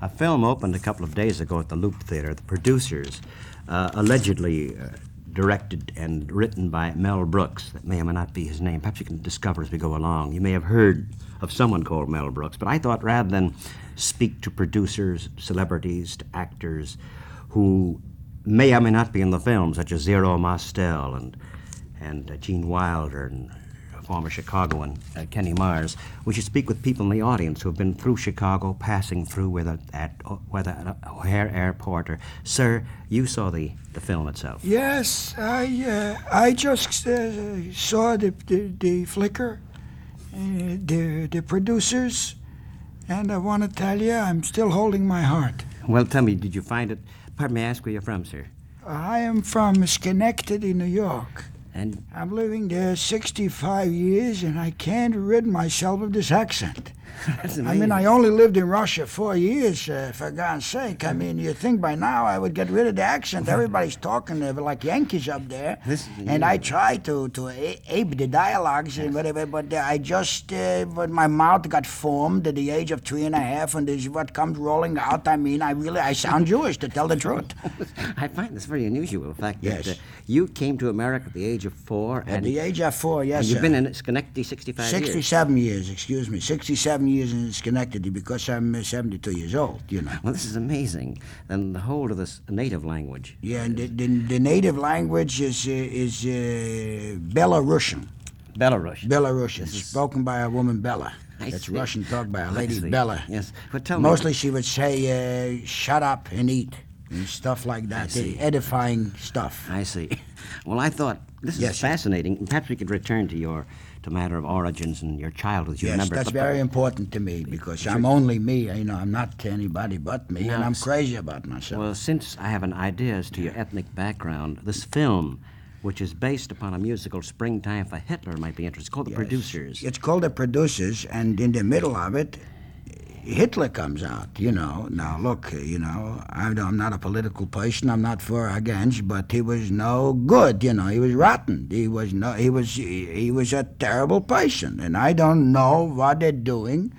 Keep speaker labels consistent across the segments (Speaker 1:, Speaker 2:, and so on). Speaker 1: A film opened a couple of days ago at the Loop Theater. The producers, uh, allegedly uh, directed and written by Mel Brooks. That may or may not be his name. Perhaps you can discover as we go along. You may have heard of someone called Mel Brooks, but I thought rather than speak to producers, celebrities, to actors who may or may not be in the film, such as Zero Mostel and, and uh, Gene Wilder and uh, former Chicagoan uh, Kenny Mars, we should speak with people in the audience who have been through Chicago, passing through whether at uh, whether at O'Hare Airport or sir, you saw the, the film itself.
Speaker 2: Yes, I uh, I just uh, saw the the, the flicker, uh, the the producers, and I want to tell you I'm still holding my heart.
Speaker 1: Well, tell me, did you find it? Pardon me, ask where you're from, sir.
Speaker 2: I am from Schenectady, New York.
Speaker 1: And
Speaker 2: I'm living there 65 years, and I can't rid myself of this accent.
Speaker 1: that's
Speaker 2: I mean, I only lived in Russia four years, uh, for God's sake.
Speaker 1: Mm-hmm.
Speaker 2: I mean, you think by now I would get rid of the accent. Everybody's talking uh, like Yankees up there.
Speaker 1: This is
Speaker 2: and I try to, to a- ape the dialogues and whatever, but uh, I just, uh, but my mouth got formed at the age of three and a half, and this is what comes rolling out. I mean, I really, I sound Jewish, to tell the truth.
Speaker 1: I find this very unusual. The fact that
Speaker 2: Yes.
Speaker 1: uh, you came to America at the age of four,
Speaker 2: At
Speaker 1: and,
Speaker 2: the age of four, yes,
Speaker 1: and you've
Speaker 2: sir.
Speaker 1: been in Schenectady 65 years.
Speaker 2: 67 years. excuse me. 67 years in Schenectady because I'm uh, 72 years old, you know.
Speaker 1: Well, this is amazing. And the whole of this native language.
Speaker 2: Yeah, and the, the, the native language is uh, is uh, Belarusian.
Speaker 1: Belarusian.
Speaker 2: Belarusian, spoken by a woman Bella.
Speaker 1: I
Speaker 2: That's
Speaker 1: see. Oh,
Speaker 2: Russian talked by a
Speaker 1: I
Speaker 2: lady
Speaker 1: see.
Speaker 2: Bella.
Speaker 1: Yes. But tell
Speaker 2: Mostly
Speaker 1: me.
Speaker 2: she would say, uh, shut up and eat, and stuff like that. the
Speaker 1: see.
Speaker 2: Edifying stuff.
Speaker 1: I see. Well, I thought this is
Speaker 2: Yes, sir.
Speaker 1: fascinating. Perhaps we could return to your to matter of origins and your childhood. You
Speaker 2: Yes,
Speaker 1: remember,
Speaker 2: that's
Speaker 1: but- but-
Speaker 2: very important to me because I'm only me. You know, I'm not anybody but me, and I'm crazy about myself.
Speaker 1: Well, since I have an idea as to your ethnic background, this film, which is based upon a musical "Springtime for Hitler," might be interesting. It's called "The Producers."
Speaker 2: It's called the producers, and in the middle of it, Hitler comes out. You know. Now look, you know, I'm, I'm not a political person. I'm not for or against, but he was no good. You know, he was rotten. He was no. He was he, he was a terrible person, and I don't know what they're doing.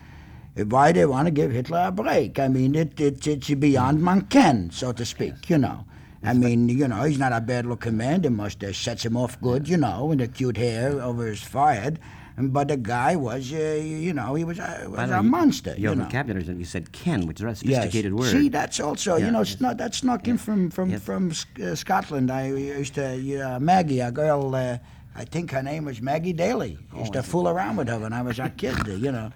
Speaker 2: Why they want to give Hitler a break? I mean, it, it, it's beyond man can, so to speak. You know, I mean, you know, he's not a bad-looking man. The mustache sets him off good, you know, and the cute hair over his forehead. But the guy was, uh, you know, he was a,
Speaker 1: By
Speaker 2: was
Speaker 1: the
Speaker 2: a
Speaker 1: way, you-
Speaker 2: monster.
Speaker 1: Your
Speaker 2: you know.
Speaker 1: vocabulary, is- you said "ken," which is a rather
Speaker 2: Yes.
Speaker 1: sophisticated word.
Speaker 2: See, that's also
Speaker 1: Yeah,
Speaker 2: you know
Speaker 1: yes.
Speaker 2: snu- that snuck in from from
Speaker 1: Yes.
Speaker 2: from Sc- uh, Scotland. I used to yeah, Maggie, a girl. Uh, I think her name was Maggie Daly.
Speaker 1: Oh,
Speaker 2: Used to fool around with her when I was a kid. You know,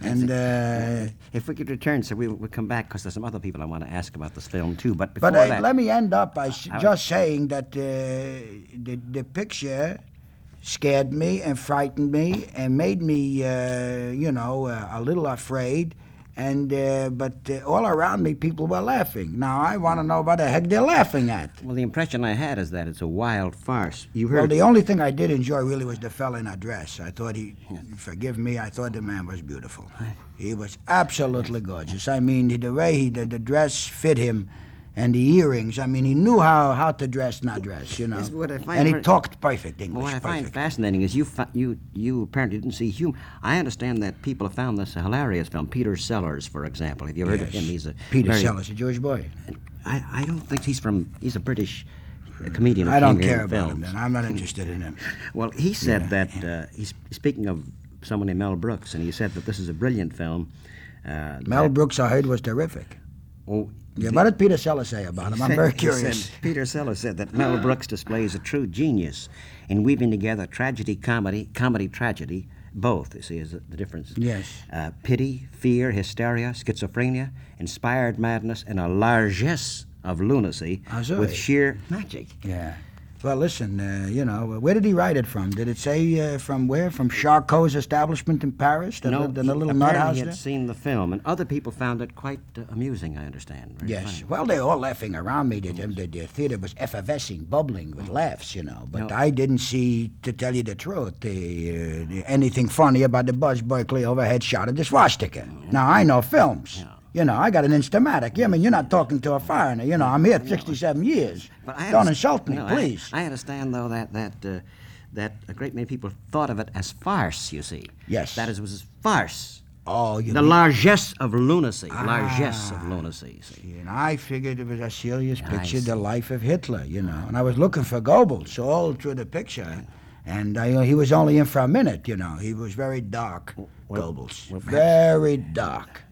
Speaker 2: and. Uh,
Speaker 1: If we could return, sir, we, we'll come back because there's some other people I want to ask about this film too. But before
Speaker 2: But uh,
Speaker 1: that,
Speaker 2: let me end up by s-
Speaker 1: would-
Speaker 2: just saying that uh, the, the picture scared me and frightened me and made me, uh, you know, uh, a little afraid. And uh, but uh, all around me, people were laughing. Now I want to know what the heck they're laughing at.
Speaker 1: well, the impression I had is that it's a wild farce. You
Speaker 2: Well,
Speaker 1: heard
Speaker 2: the only thing I did enjoy really was the fella in a dress. I thought he, forgive me, I thought the man was beautiful. He was absolutely gorgeous. I mean, the way he, the, the dress fit him and the earrings, I mean, he knew how, how to dress, not dress, you know.
Speaker 1: Yes, what I find
Speaker 2: and he
Speaker 1: very-
Speaker 2: talked perfect English.
Speaker 1: Well, what I find
Speaker 2: perfect.
Speaker 1: fascinating is you fi- you you apparently didn't see humor. I understand that people have found this a hilarious film. Peter Sellers, for example, have you heard of him? He's a
Speaker 2: Peter
Speaker 1: very-
Speaker 2: Sellers, a Jewish boy.
Speaker 1: I, I don't think he's from. He's a British uh, comedian. who
Speaker 2: I don't
Speaker 1: came here
Speaker 2: care
Speaker 1: and
Speaker 2: about him,
Speaker 1: filmed.
Speaker 2: then. I'm not interested in him.
Speaker 1: Well, he said that uh, he's speaking of someone named Mel Brooks, and he said that this is a brilliant film. Uh,
Speaker 2: Mel Brooks, I heard, was terrific.
Speaker 1: oh,
Speaker 2: Yeah, what did Peter Sellers say about him? I'm
Speaker 1: said-
Speaker 2: very
Speaker 1: he
Speaker 2: curious.
Speaker 1: said- Peter Sellers said that Mel Brooks displays a true genius in weaving together tragedy, comedy, comedy, tragedy, both. You see, is the difference.
Speaker 2: Yes.
Speaker 1: Uh, pity, fear, hysteria, schizophrenia, inspired madness, and a largesse of lunacy
Speaker 2: Ah, sorry.
Speaker 1: with sheer magic.
Speaker 2: Yeah. Well, listen, uh, you know, where did he write it from? Did it say uh, from where? From Charcot's establishment in Paris? The, the, the
Speaker 1: he-
Speaker 2: little nut
Speaker 1: apparently
Speaker 2: house
Speaker 1: he had
Speaker 2: there?
Speaker 1: seen the film, and other people found it quite uh, amusing. I understand. Very
Speaker 2: Yes.
Speaker 1: funny.
Speaker 2: Well, they all laughing around me. The, the, the theater was effervescing, bubbling with laughs, you know. But I didn't see, to tell you the truth, the, uh, the- anything funny about the Buzz Berkeley overhead shot of the swastika. Now, I know films. You know, I got an instamatic. I mean, you're not talking to a foreigner. You know, I'm here 67 years. Don't
Speaker 1: underst-
Speaker 2: insult me,
Speaker 1: no, I-
Speaker 2: please.
Speaker 1: I, understand, though, that that uh, that a great many people thought of it as farce. You see.
Speaker 2: Yes.
Speaker 1: That is, it was farce.
Speaker 3: Oh, you
Speaker 1: The
Speaker 3: mean-
Speaker 1: largesse of lunacy.
Speaker 3: Ah.
Speaker 1: Largesse of lunacy. see.
Speaker 3: and I figured it was a serious
Speaker 1: I
Speaker 3: picture,
Speaker 1: see.
Speaker 3: the life of Hitler, you know. And I was looking for Goebbels all through the picture, and I, he was only in for a minute, you know. He was very dark,
Speaker 1: well,
Speaker 3: Goebbels,
Speaker 1: well, perhaps-
Speaker 3: very dark.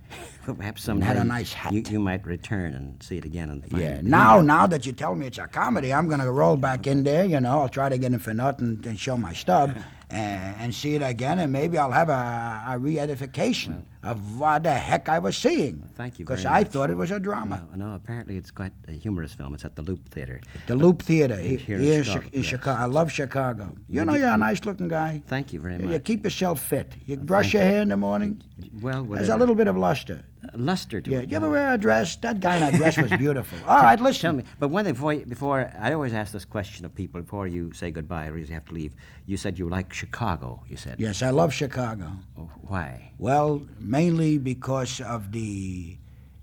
Speaker 1: Perhaps someday
Speaker 3: had a nice hat.
Speaker 1: You, you might return and see it again. And find
Speaker 3: Yeah.
Speaker 1: it.
Speaker 3: Now, now that you tell me it's a comedy, I'm gonna roll back in there. You know, I'll try to get him for nothing and show my stub, and, and see it again, and maybe I'll have a, a re-edification of what the heck I was seeing.
Speaker 1: Thank you
Speaker 3: Because
Speaker 1: very
Speaker 3: I
Speaker 1: much.
Speaker 3: thought it was a drama.
Speaker 1: No, no, apparently it's quite a humorous film. It's at the Loop Theater.
Speaker 3: The Loop Theater he-
Speaker 1: Here
Speaker 3: here, in, Chi-
Speaker 1: in Chicago,
Speaker 3: in
Speaker 1: yes.
Speaker 3: Chicago. I love Chicago. You know,
Speaker 1: Maybe-
Speaker 3: you're a nice-looking guy.
Speaker 1: Thank you very much.
Speaker 3: You keep yourself fit. You brush your hair in the morning.
Speaker 1: Well,
Speaker 3: There's
Speaker 1: whatever.
Speaker 3: a little bit of luster.
Speaker 1: luster to
Speaker 3: Yeah.
Speaker 1: it.
Speaker 3: You ever wear a dress? That guy in a dress was beautiful. All right, listen.
Speaker 1: Tell me, but one thing before, you- before I always ask this question of people before you say goodbye, or you have to leave. You said you like Chicago. You said,
Speaker 3: Yes, I love Chicago.
Speaker 1: Oh, why?
Speaker 3: Well, mainly because of the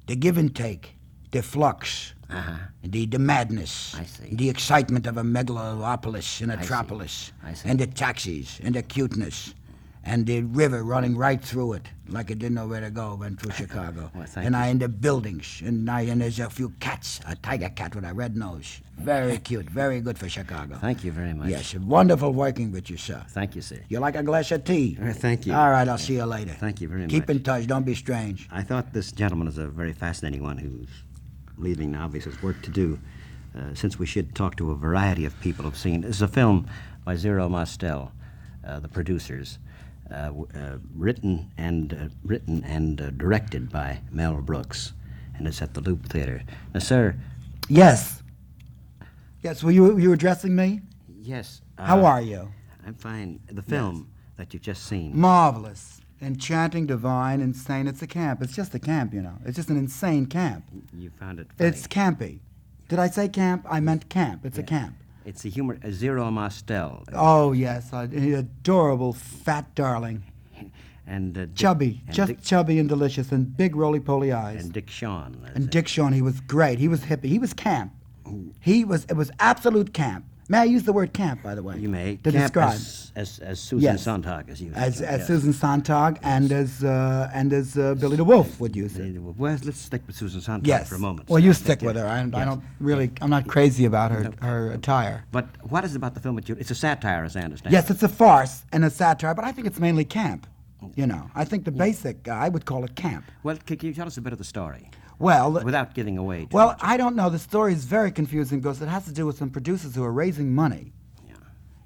Speaker 3: the give and take, the flux,
Speaker 1: Uh-huh.
Speaker 3: the the madness,
Speaker 1: I see.
Speaker 3: the excitement of a megalopolis and a
Speaker 1: see.
Speaker 3: metropolis,
Speaker 1: I see.
Speaker 3: and the taxis and the cuteness. And the river running right through it, like it didn't know where to go, went through Chicago.
Speaker 1: Well, thank
Speaker 3: and
Speaker 1: you.
Speaker 3: I in the buildings, and I and there's a few cats, a tiger cat with a red nose, very cute, very good for Chicago.
Speaker 1: Thank you very much.
Speaker 3: Yes, wonderful working with you, sir.
Speaker 1: Thank you, sir.
Speaker 3: You like a glass of tea?
Speaker 1: Uh, thank you.
Speaker 3: All right, I'll see you later.
Speaker 1: Thank you very
Speaker 3: Keep
Speaker 1: much.
Speaker 3: in touch. Don't be strange.
Speaker 1: I thought this gentleman is a very fascinating one who's leaving now because there's work to do. Uh, since we should talk to a variety of people who've seen this is a film by Zero Mostel, uh, the producers, uh, w- uh, written and uh, written and uh, directed by Mel Brooks, and it's at the Loop Theater. Now, sir,
Speaker 3: Yes. Yes. Were you you addressing me?
Speaker 1: yes, uh,
Speaker 3: How are you?
Speaker 1: I'm fine. The film that you've just seen.
Speaker 2: Marvelous. Enchanting, divine, insane. It's a camp. It's just a camp, you know. It's just an insane camp.
Speaker 1: you found it. Funny.
Speaker 2: It's campy. Did I say camp? I meant camp. It's a camp.
Speaker 1: it's a humor. A Zero Mostel.
Speaker 2: Oh, yes. I- an adorable, fat darling.
Speaker 1: and uh, Dick-
Speaker 2: Chubby.
Speaker 1: and
Speaker 2: Just
Speaker 1: Dick,
Speaker 2: chubby and delicious and big roly poly eyes.
Speaker 1: and Dick Shawn.
Speaker 2: And Dick Shawn, he was great. He was hippie. He was camp. He was, it was absolute camp. May I use the word camp, by the way?
Speaker 1: You may
Speaker 2: To
Speaker 1: camp
Speaker 2: describe.
Speaker 1: as, as, as Susan
Speaker 2: Yes.
Speaker 1: Sontag as you
Speaker 2: As, as
Speaker 1: yes.
Speaker 2: Susan Sontag and as, uh, and as uh, Billy the Wolf would use it.
Speaker 1: Well, let's stick with Susan Sontag
Speaker 2: Yes.
Speaker 1: for a moment.
Speaker 2: Well, you
Speaker 1: I
Speaker 2: stick
Speaker 1: think,
Speaker 2: with
Speaker 1: uh,
Speaker 2: her. I, I
Speaker 1: yes.
Speaker 2: don't really. I'm not crazy about her her attire.
Speaker 1: But what is it about the film that you? It's a satire, as I understand.
Speaker 2: Yes, it's a farce and a satire, but I think it's mainly camp.
Speaker 1: Oh.
Speaker 2: You know, I think the basic uh, I would call it camp.
Speaker 1: Well, can, can you tell us a bit of the story
Speaker 2: Well,
Speaker 1: without giving away? too
Speaker 2: well,
Speaker 1: much?
Speaker 2: I don't know. The story is very confusing because it has to do with some producers who are raising money,
Speaker 1: Yeah.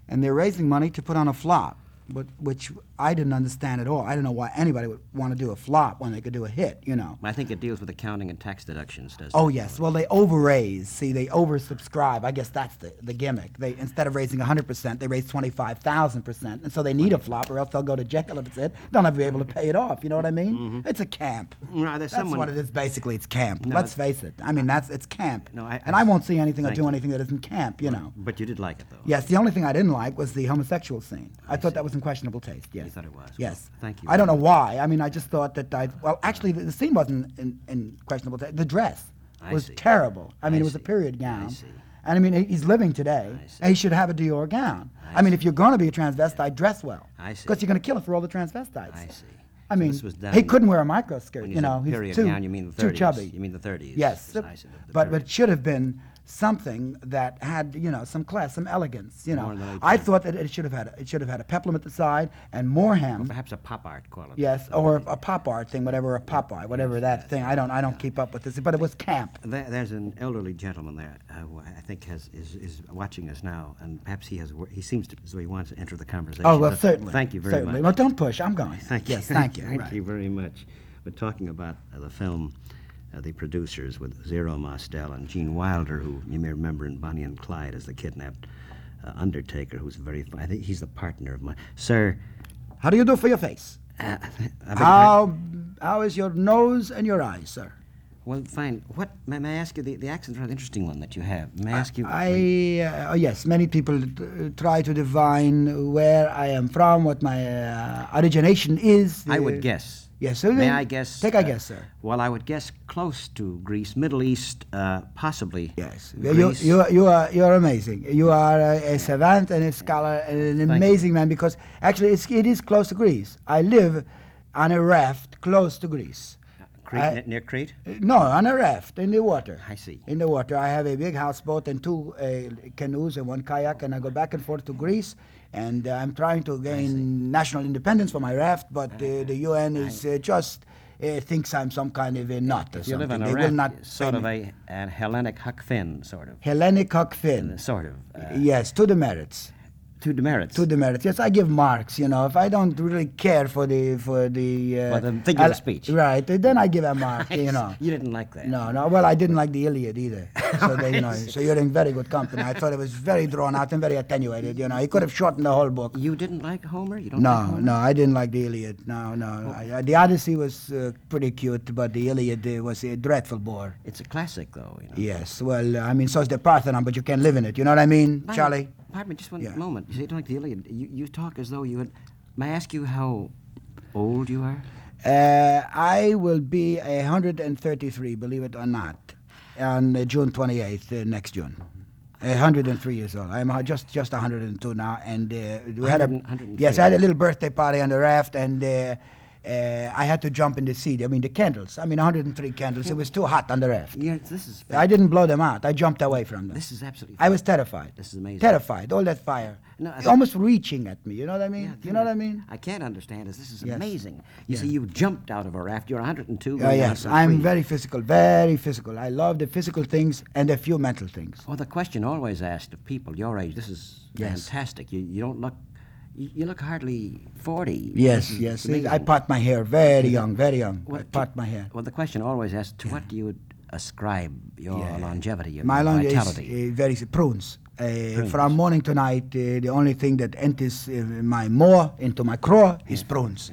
Speaker 2: and they're raising money to put on a flop, but, which I didn't understand at all. I don't know why anybody would want to do a flop when they could do a hit. You know.
Speaker 1: I think it deals with accounting and tax deductions, doesn't
Speaker 2: Oh
Speaker 1: it?
Speaker 2: yes. Well, they overraise. See, they oversubscribe. I guess that's the, the gimmick. They instead of raising 100%, they raise 25,000%, and so they need a flop, or else they'll go to jail if it's it. They'll never be able to pay it off. You know what I mean? It's a camp.
Speaker 1: Mm-hmm. Right, there's
Speaker 2: that's
Speaker 1: someone-
Speaker 2: what it is. Basically, it's camp.
Speaker 1: No,
Speaker 2: Let's
Speaker 1: it's-
Speaker 2: face it. I mean, that's it's camp.
Speaker 1: No, I-
Speaker 2: and I won't see anything or
Speaker 1: Thank
Speaker 2: do
Speaker 1: you.
Speaker 2: anything that isn't camp. You know.
Speaker 1: But you did like it, though.
Speaker 2: Yes, the only thing I didn't like was the homosexual scene. I, thought that was in questionable taste. Yes.
Speaker 1: thought it was?
Speaker 2: Yes.
Speaker 1: Well, thank you
Speaker 2: I don't know
Speaker 1: very
Speaker 2: why. I mean, I just thought that I. Well, actually, the, the scene wasn't in, in questionable taste. The dress
Speaker 1: I
Speaker 2: was
Speaker 1: see.
Speaker 2: terrible. I mean,
Speaker 1: I
Speaker 2: it was a
Speaker 1: see.
Speaker 2: period
Speaker 1: I
Speaker 2: gown.
Speaker 1: see.
Speaker 2: And I mean, he- he's living today.
Speaker 1: I see.
Speaker 2: And he should have a Dior gown.
Speaker 1: I
Speaker 2: I, mean,
Speaker 1: see.
Speaker 2: if you're going to be a transvestite, dress well.
Speaker 1: I see.
Speaker 2: Because you're going to kill it for all the transvestites.
Speaker 1: I see.
Speaker 2: I
Speaker 1: So
Speaker 2: mean,
Speaker 1: this was done
Speaker 2: he couldn't wear a microskirt.
Speaker 1: When you,
Speaker 2: You,
Speaker 1: said
Speaker 2: know, he's
Speaker 1: period
Speaker 2: too,
Speaker 1: gown, you mean the 30s.
Speaker 2: too chubby.
Speaker 1: You mean the 30s.
Speaker 2: Yes,
Speaker 1: I
Speaker 2: the-
Speaker 1: see, the- the
Speaker 2: but
Speaker 1: period.
Speaker 2: but should have been something that had you know some class, some elegance. You
Speaker 1: More
Speaker 2: know,
Speaker 1: than
Speaker 2: I
Speaker 1: eighteen.
Speaker 2: thought that it should have had a, it should have had a peplum at the side and more hem.
Speaker 1: Perhaps a pop art quality.
Speaker 2: Yes, Oh, or a pop art thing, whatever a pop art, whatever that thing. I don't I don't keep up with this, but it was camp.
Speaker 1: There, there's an elderly gentleman there uh, who I think has, is, is watching us now, and perhaps he has wor- he seems to so he wants to enter the conversation.
Speaker 2: Oh well,
Speaker 1: But
Speaker 2: certainly.
Speaker 1: Thank you very
Speaker 2: certainly.
Speaker 1: much.
Speaker 2: Well, don't push. I'm going.
Speaker 1: Thank you.
Speaker 2: yes, thank you.
Speaker 1: thank
Speaker 2: right.
Speaker 1: you very much. We're talking about uh, the film, uh, the producers with Zero Mostel and Gene Wilder, who you may remember in Bonnie and Clyde as the kidnapped uh, undertaker, who's very. fu- I think he's the partner of my sir.
Speaker 2: How do you do for your face?
Speaker 1: Uh, I beg your pardon?
Speaker 2: How how is your nose and your eyes, sir?
Speaker 1: Well, fine. What may, may I ask you? The, the accent's a rather interesting one that you have. May I ask you?
Speaker 2: I uh, yes, many people t- try to divine where I am from, what my uh, origination is.
Speaker 1: I
Speaker 2: uh,
Speaker 1: would guess.
Speaker 2: Yes, sir.
Speaker 1: May I guess? uh,
Speaker 2: Take a guess, sir.
Speaker 1: Well, I would guess close to Greece, Middle East, uh, possibly.
Speaker 2: Yes, you,
Speaker 1: Greece.
Speaker 2: you, you are you are amazing. You are a, a savant and a scholar and an
Speaker 1: Thank you.
Speaker 2: amazing man because actually it's, it is close to Greece. I live, on a raft close to Greece.
Speaker 1: Crete,
Speaker 2: I-
Speaker 1: Uh, ne- near Crete?
Speaker 2: No, on a raft in the water.
Speaker 1: I see.
Speaker 2: In the water. I have a big houseboat and two uh, canoes and one kayak, and I go back and forth to Greece. And uh, I'm trying to gain national independence for my raft, but uh, the UN is uh, just uh, thinks I'm some kind of a nut or
Speaker 1: You
Speaker 2: something.
Speaker 1: live on a
Speaker 2: they
Speaker 1: raft,
Speaker 2: will not
Speaker 1: sort
Speaker 2: pay
Speaker 1: of
Speaker 2: me.
Speaker 1: a, an Hellenic Huck Finn, sort of.
Speaker 2: Hellenic Huck Finn.
Speaker 1: Sort of. Uh,
Speaker 2: yes, to the merits.
Speaker 1: two demerits.
Speaker 2: To the merits. Yes, I give marks. You know, if I don't really care for the for the uh,
Speaker 1: For the figure of
Speaker 2: I'll-
Speaker 1: speech.
Speaker 2: right? Then I give a mark. uh, you know.
Speaker 1: You didn't like that.
Speaker 2: No, no. Well, I didn't like the Iliad either. So, they, you know, so you're in very good company. I thought it was very drawn out and very attenuated. You know, he could have shortened the whole book.
Speaker 1: You didn't like Homer? You don't like Oh.
Speaker 2: No,
Speaker 1: Homer?
Speaker 2: no, I didn't like the Iliad. No, no. I, I, the Odyssey was uh, pretty cute, but the Iliad uh, was a dreadful bore.
Speaker 1: It's a classic, though. You know.
Speaker 2: Yes. Well, I mean, so's the Parthenon, but you can't live in it. You know what I mean,
Speaker 1: Pardon-
Speaker 2: Charlie?
Speaker 1: Pardon me, just one
Speaker 2: Yeah.
Speaker 1: moment. You say you don't like the Iliad. You, you talk as though you had. May I ask you how old you are?
Speaker 2: Uh, I will be 133, believe it or not, on uh, June 28th, uh, next June. 103 years old. I'm uh, just just 102 now, and uh, we had a
Speaker 1: 100 103.
Speaker 2: yes, I had a little birthday party on the raft, and uh, uh, I had to jump in the sea. I mean the candles. I mean 103 candles. It was too hot on the raft.
Speaker 1: Yeah, this is.
Speaker 2: I didn't blow them out. I jumped away from them.
Speaker 1: This is absolutely.
Speaker 2: I was terrified.
Speaker 1: This is amazing.
Speaker 2: Terrified. All that fire,
Speaker 1: No, I-
Speaker 2: almost reaching at me. You know what I mean?
Speaker 1: Yeah,
Speaker 2: you know what I mean?
Speaker 1: I can't understand is this is
Speaker 2: Yes.
Speaker 1: amazing. You
Speaker 2: Yeah.
Speaker 1: see, you jumped out of a raft. You're 102.
Speaker 2: Uh,
Speaker 1: going
Speaker 2: yes,
Speaker 1: 103.
Speaker 2: I'm very physical, very physical. I love the physical things and a few mental things.
Speaker 1: Well, the question always asked of people your age. This is
Speaker 2: Yes.
Speaker 1: fantastic. You, you don't look. You, you look hardly Mm-hmm. 40.
Speaker 2: Yes,
Speaker 1: This is
Speaker 2: yes.
Speaker 1: amazing.
Speaker 2: Mm-hmm. I part my hair very young, very young. I
Speaker 1: What-
Speaker 2: part my hair.
Speaker 1: Well, the question always asked: To what do you ascribe your longevity, your
Speaker 2: My long is
Speaker 1: vitality?
Speaker 2: uh, very prunes. Uh, From morning to night, uh, the only thing that enters uh, my maw into my craw is prunes.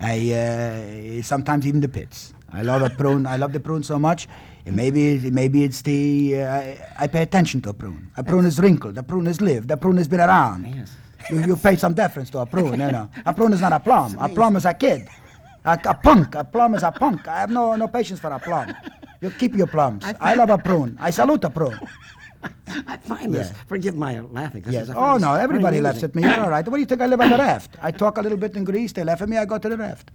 Speaker 2: I uh, sometimes even the pits. I love a prune. I love the prune so much. Uh, Maybe maybe it's the uh, I- I pay attention to a prune. A prune is wrinkled. A prune is lived. A prune has been around.
Speaker 1: Yes.
Speaker 2: You, you pay some deference to a prune, you know. A prune is not a plum. A plum is a kid. A, a punk. A plum is a punk. I have no, no patience for a plum. You keep your plums. I love a prune. I salute a prune.
Speaker 1: I find this.
Speaker 2: Yeah.
Speaker 1: Forgive my laughing. This
Speaker 2: Yes.
Speaker 1: is- I find
Speaker 2: Oh,
Speaker 1: this
Speaker 2: no,
Speaker 1: very
Speaker 2: everybody laughs
Speaker 1: amusing.
Speaker 2: at me. You're all right. What do you think I live on the raft? I talk a little bit in Greece. They laugh at me. I go to the raft.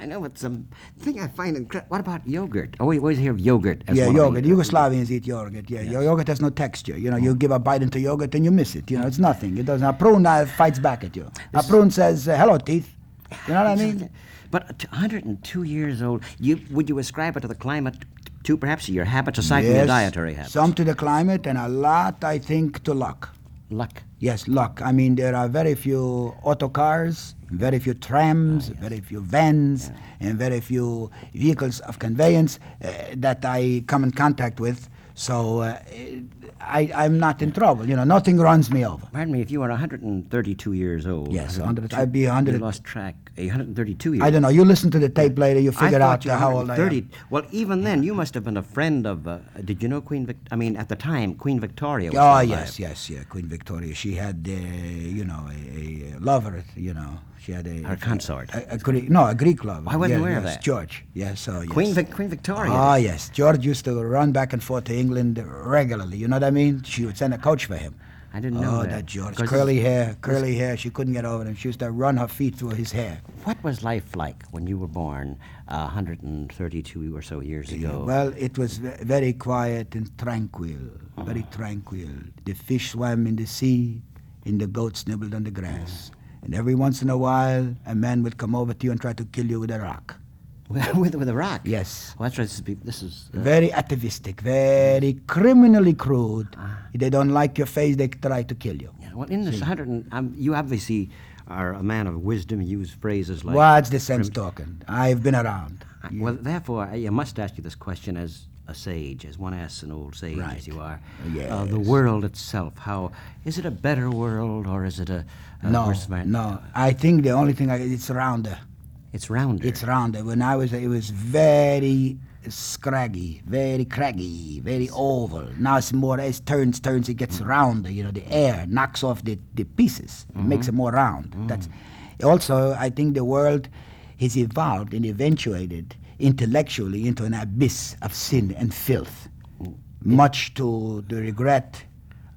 Speaker 1: I know it's um thing I find incredible. What about yogurt? Oh, we always hear of yogurt. As
Speaker 2: yeah,
Speaker 1: one of the-
Speaker 2: yogurt. Yugoslavians eat yogurt. Yeah, Your yogurt has no texture. You know,
Speaker 1: Mm.
Speaker 2: you give a bite into yogurt and you miss it. You know, it's nothing. It doesn't. A prune uh, fights back at you. A prune says, uh, hello, teeth. You know what I mean?
Speaker 1: But t- 102 years old, you would you ascribe it to the climate, to perhaps your habits, aside from your
Speaker 2: Yes,
Speaker 1: dietary habits?
Speaker 2: Some to the climate, and a lot, I think, to luck.
Speaker 1: Luck.
Speaker 2: Yes, luck. I mean, there are very few auto cars, very few trams,
Speaker 1: Ah,
Speaker 2: very few vans, and very few vehicles of conveyance uh, that I come in contact with. So uh, I, I'm not in trouble. You know, nothing runs me over.
Speaker 1: Pardon me, if you were 132 years old.
Speaker 2: Yes,
Speaker 1: 100
Speaker 2: I'd be 100
Speaker 1: You lost track. 132 years
Speaker 2: I don't know. You listen to the tape later. You
Speaker 1: I
Speaker 2: figure
Speaker 1: thought
Speaker 2: out
Speaker 1: you
Speaker 2: uh,
Speaker 1: were
Speaker 2: how old I am.
Speaker 1: 130. Well, even then, you must have been a friend of. Uh, did you know Queen? Vic- I mean, at the time, Queen Victoria. Was
Speaker 2: Oh
Speaker 1: alive.
Speaker 2: yes, yes, yeah. Queen Victoria. She had, uh, you know, a, a lover. You know, she had a
Speaker 1: Her consort.
Speaker 2: A, a Greek, no, a Greek lover.
Speaker 1: I wasn't
Speaker 2: Yeah,
Speaker 1: aware of
Speaker 2: yes,
Speaker 1: that.
Speaker 2: George. Yes, so yes.
Speaker 1: Queen Vic- Queen Victoria.
Speaker 2: Ah, yes. George used to run back and forth to England regularly. You know what I mean? She would send a coach for him.
Speaker 1: I didn't know
Speaker 2: oh,
Speaker 1: that.
Speaker 2: George.
Speaker 1: 'Cause
Speaker 2: Curly hair, curly hair. She couldn't get over him. She used to run her feet through his hair.
Speaker 1: What was life like when you were born uh, 132 or so years ago?
Speaker 2: Well, it was ve- very quiet and tranquil,
Speaker 1: Ah.
Speaker 2: very tranquil. The fish swam in the sea, and the goats nibbled on the grass. And every once in a while, a man would come over to you and try to kill you with a rock.
Speaker 1: with, with a rock?
Speaker 2: Yes.
Speaker 1: Well, that's right. This is. be- This is uh,
Speaker 2: Very atavistic, very criminally crude.
Speaker 1: Ah.
Speaker 2: If they don't like your face, they try to kill you.
Speaker 1: yeah, well, in this 100, and, um, you obviously are a man of wisdom. You use phrases like.
Speaker 2: What's the sense talking? I've been around.
Speaker 1: I- Well, therefore, I, I must ask you this question as a sage, as one asks an old sage, as
Speaker 2: Right.
Speaker 1: you are. Uh,
Speaker 2: Yes.
Speaker 1: the world itself. How is it a better world or is it a, a
Speaker 2: No,
Speaker 1: worse man-
Speaker 2: no. I think the only thing I, it's rounder.
Speaker 1: It's rounder.
Speaker 2: It's rounder. When I was, it was very scraggy, very craggy, very oval. Now it's more, as turns, turns, it
Speaker 1: Mm.
Speaker 2: gets rounder. You know, the air knocks off the, the pieces,
Speaker 1: Mm-hmm.
Speaker 2: It makes it more round.
Speaker 1: Mm.
Speaker 2: That's also, I think the world has evolved and eventuated intellectually into an abyss of sin and filth, much to the regret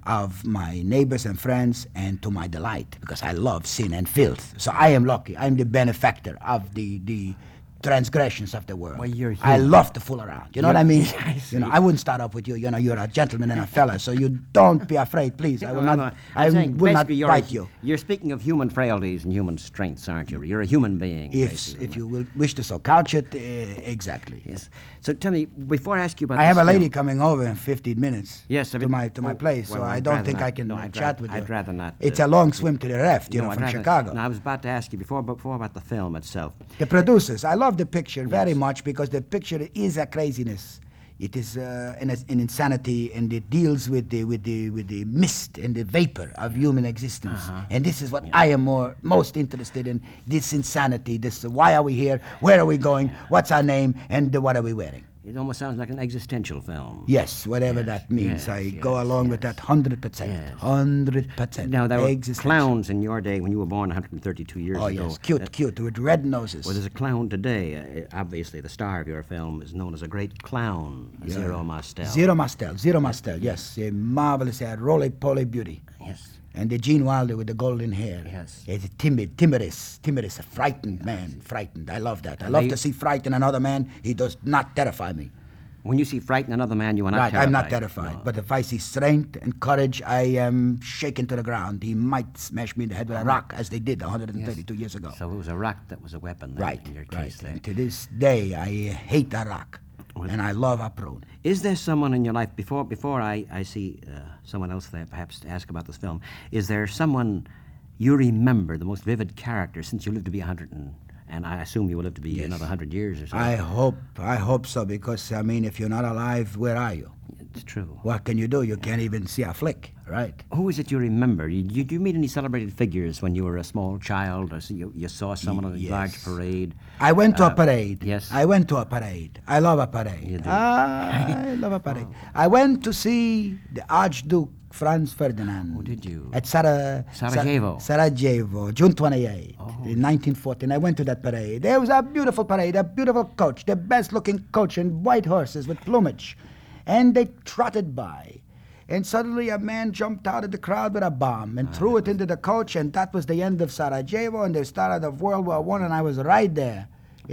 Speaker 2: of my neighbors and friends and to my delight because I love sin and filth. So I am lucky. I'm the benefactor of the, the transgressions of the world.
Speaker 1: Well, you're
Speaker 2: I
Speaker 1: human.
Speaker 2: love to fool around. You know what I mean?
Speaker 1: I
Speaker 2: you know,
Speaker 1: see.
Speaker 2: I wouldn't start off with you. You know, you're a gentleman and a fella, so you don't be afraid, please. I will
Speaker 1: No,
Speaker 2: not.
Speaker 1: no,
Speaker 2: I
Speaker 1: I'm saying
Speaker 2: will not
Speaker 1: basically you're a-
Speaker 2: bite you.
Speaker 1: You're speaking of human frailties and human strengths, aren't you? You're a human being.
Speaker 2: If,
Speaker 1: basically.
Speaker 2: if you will wish to so couch it, uh, exactly.
Speaker 1: yes. So tell me before I ask you about.
Speaker 2: I have
Speaker 1: this
Speaker 2: a lady
Speaker 1: film-
Speaker 2: coming over in 15 minutes.
Speaker 1: Yes, I
Speaker 2: to
Speaker 1: mean-
Speaker 2: my to my
Speaker 1: oh,
Speaker 2: place,
Speaker 1: well,
Speaker 2: so I
Speaker 1: I'd
Speaker 2: don't
Speaker 1: rather
Speaker 2: think
Speaker 1: not-
Speaker 2: I can
Speaker 1: no,
Speaker 2: uh,
Speaker 1: I'd
Speaker 2: chat
Speaker 1: rather-
Speaker 2: with you.
Speaker 1: I'd rather not,
Speaker 2: It's
Speaker 1: uh,
Speaker 2: a long swim to the left, you
Speaker 1: No,
Speaker 2: know,
Speaker 1: I'd
Speaker 2: from
Speaker 1: rather-
Speaker 2: Chicago.
Speaker 1: No, I was about to ask you before, before about the film itself.
Speaker 2: The producers, I love the picture very much because the picture is a craziness. It is uh, an, an insanity, and it deals with the with the with the mist and the vapor of human existence.
Speaker 1: Uh-huh.
Speaker 2: And this is what I am more most interested in: this insanity. This why are we here? Where are we going? What's our name? And uh, what are we wearing?
Speaker 1: It almost sounds like an existential film.
Speaker 2: Yes, whatever that
Speaker 1: yes,
Speaker 2: means. I go
Speaker 1: yes,
Speaker 2: along with that hundred percent, hundred percent.
Speaker 1: Now there were clowns in your day when you were born 132 years
Speaker 2: Oh
Speaker 1: ago.
Speaker 2: yes, cute,
Speaker 1: That-
Speaker 2: cute, with red noses.
Speaker 1: well, there's a clown today. Uh, obviously, the star of your film is known as a great clown, Zero Mostel.
Speaker 2: Zero Mastel, Zero Mastel, yes. A marvelous, a roly-poly beauty.
Speaker 1: Yes.
Speaker 2: And the Gene Wilder with the golden hair.
Speaker 1: Yes.
Speaker 2: He's a timid, timorous, timorous, a frightened man, frightened. I love that. I love
Speaker 1: they-
Speaker 2: to see fright in another man. He does not terrify me.
Speaker 1: When you see fright in another man, you are not
Speaker 2: right,
Speaker 1: terrified.
Speaker 2: I'm not terrified.
Speaker 1: No.
Speaker 2: But if I see strength and courage, I am shaken to the ground. He might smash me in the head with a rock, as they did 132 years ago.
Speaker 1: so it was a rock that was a weapon. then,
Speaker 2: right,
Speaker 1: In your
Speaker 2: right.
Speaker 1: case, there.
Speaker 2: And to this day, I hate a rock. And I love a prune.
Speaker 1: Is there someone in your life before before I I see uh, someone else there perhaps to ask about this film? Is there someone you remember the most vivid character since you lived to be 100 and, and I assume you will live to be another 100 years or so?
Speaker 2: I hope, I hope so, because I mean, if you're not alive, where are you?
Speaker 1: it's true.
Speaker 2: What can you do? You can't even see a flick, right?
Speaker 1: Who is it you remember? You, you, do you meet any celebrated figures when you were a small child, or so you, you saw someone on a large
Speaker 2: yes.
Speaker 1: parade?
Speaker 2: I went to a parade.
Speaker 1: Uh, yes.
Speaker 2: I went to a parade. I love a parade. Ah,
Speaker 1: You do. Oh.
Speaker 2: I love a parade. I went to see the Archduke Franz Ferdinand.
Speaker 1: Oh, did you?
Speaker 2: At Sara- Sa-
Speaker 1: Sarajevo. Oh.
Speaker 2: Sarajevo, June 28, in 1914. I went to that parade. It was a beautiful parade, a beautiful coach, the best looking coach, and white horses with plumage. And they trotted by. And suddenly a man jumped out of the crowd with a bomb
Speaker 1: Ah,
Speaker 2: and threw it into the coach, and that was the end of Sarajevo and the start of World War One. and I was right there.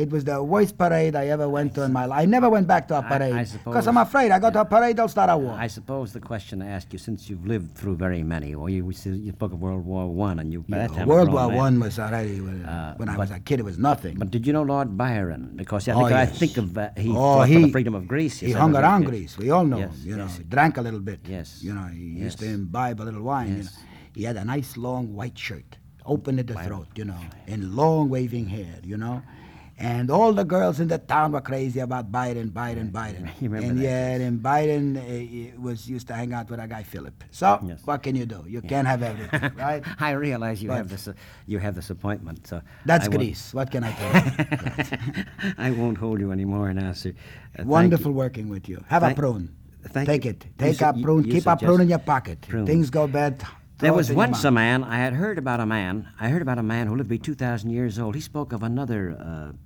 Speaker 2: It was the worst parade I ever went to in my life. I never went back to a
Speaker 1: I- I
Speaker 2: parade
Speaker 1: suppose-
Speaker 2: because I'm afraid. I go to a parade, they'll start a war.
Speaker 1: I suppose the question I ask you, since you've lived through very many, well, you, you spoke of World War One, and you by that time a
Speaker 2: World
Speaker 1: grown
Speaker 2: War
Speaker 1: man. Uh,
Speaker 2: One was already when, when I was a kid. It was nothing.
Speaker 1: But did you know Lord Byron? Because I
Speaker 2: Oh,
Speaker 1: think, I
Speaker 2: yes.
Speaker 1: think of uh, he
Speaker 2: Oh,
Speaker 1: fought for
Speaker 2: he-
Speaker 1: the freedom of Greece.
Speaker 2: he
Speaker 1: yes, I
Speaker 2: hung
Speaker 1: remember,
Speaker 2: around
Speaker 1: yes.
Speaker 2: Greece. We all know
Speaker 1: Yes,
Speaker 2: him. You know,
Speaker 1: yes.
Speaker 2: he drank a little bit.
Speaker 1: Yes.
Speaker 2: You know, he used to
Speaker 1: Yes.
Speaker 2: imbibe a little wine. you know.
Speaker 1: Yes.
Speaker 2: He had a nice long white shirt, open at the throat. You know, and long waving hair. You know. And all the girls in the town were crazy about Biden, Biden, Biden.
Speaker 1: You remember
Speaker 2: and
Speaker 1: that,
Speaker 2: yet, and Biden uh, was used to hang out with a guy Philip. So,
Speaker 1: Yes.
Speaker 2: what can you do? You can't have everything, right?
Speaker 1: I realize you have
Speaker 2: But-
Speaker 1: this, uh, you have this appointment. So
Speaker 2: That's
Speaker 1: I won't-
Speaker 2: Greece. What can I tell you?
Speaker 1: I won't hold you anymore now, sir. Uh, thank you.
Speaker 2: Wonderful working with you. Have
Speaker 1: Thank-
Speaker 2: a prune.
Speaker 1: thank
Speaker 2: Take
Speaker 1: you.
Speaker 2: it.
Speaker 1: You
Speaker 2: Take
Speaker 1: su-
Speaker 2: a
Speaker 1: you-
Speaker 2: prune.
Speaker 1: you
Speaker 2: Keep a prune in
Speaker 1: suggest
Speaker 2: your pocket.
Speaker 1: prune.
Speaker 2: Things go bad. throw
Speaker 1: There
Speaker 2: it
Speaker 1: was
Speaker 2: in your
Speaker 1: once a
Speaker 2: mouth.
Speaker 1: man, I had heard about a man, I heard about a man who lived to be 2,000 years old. He spoke of another, uh,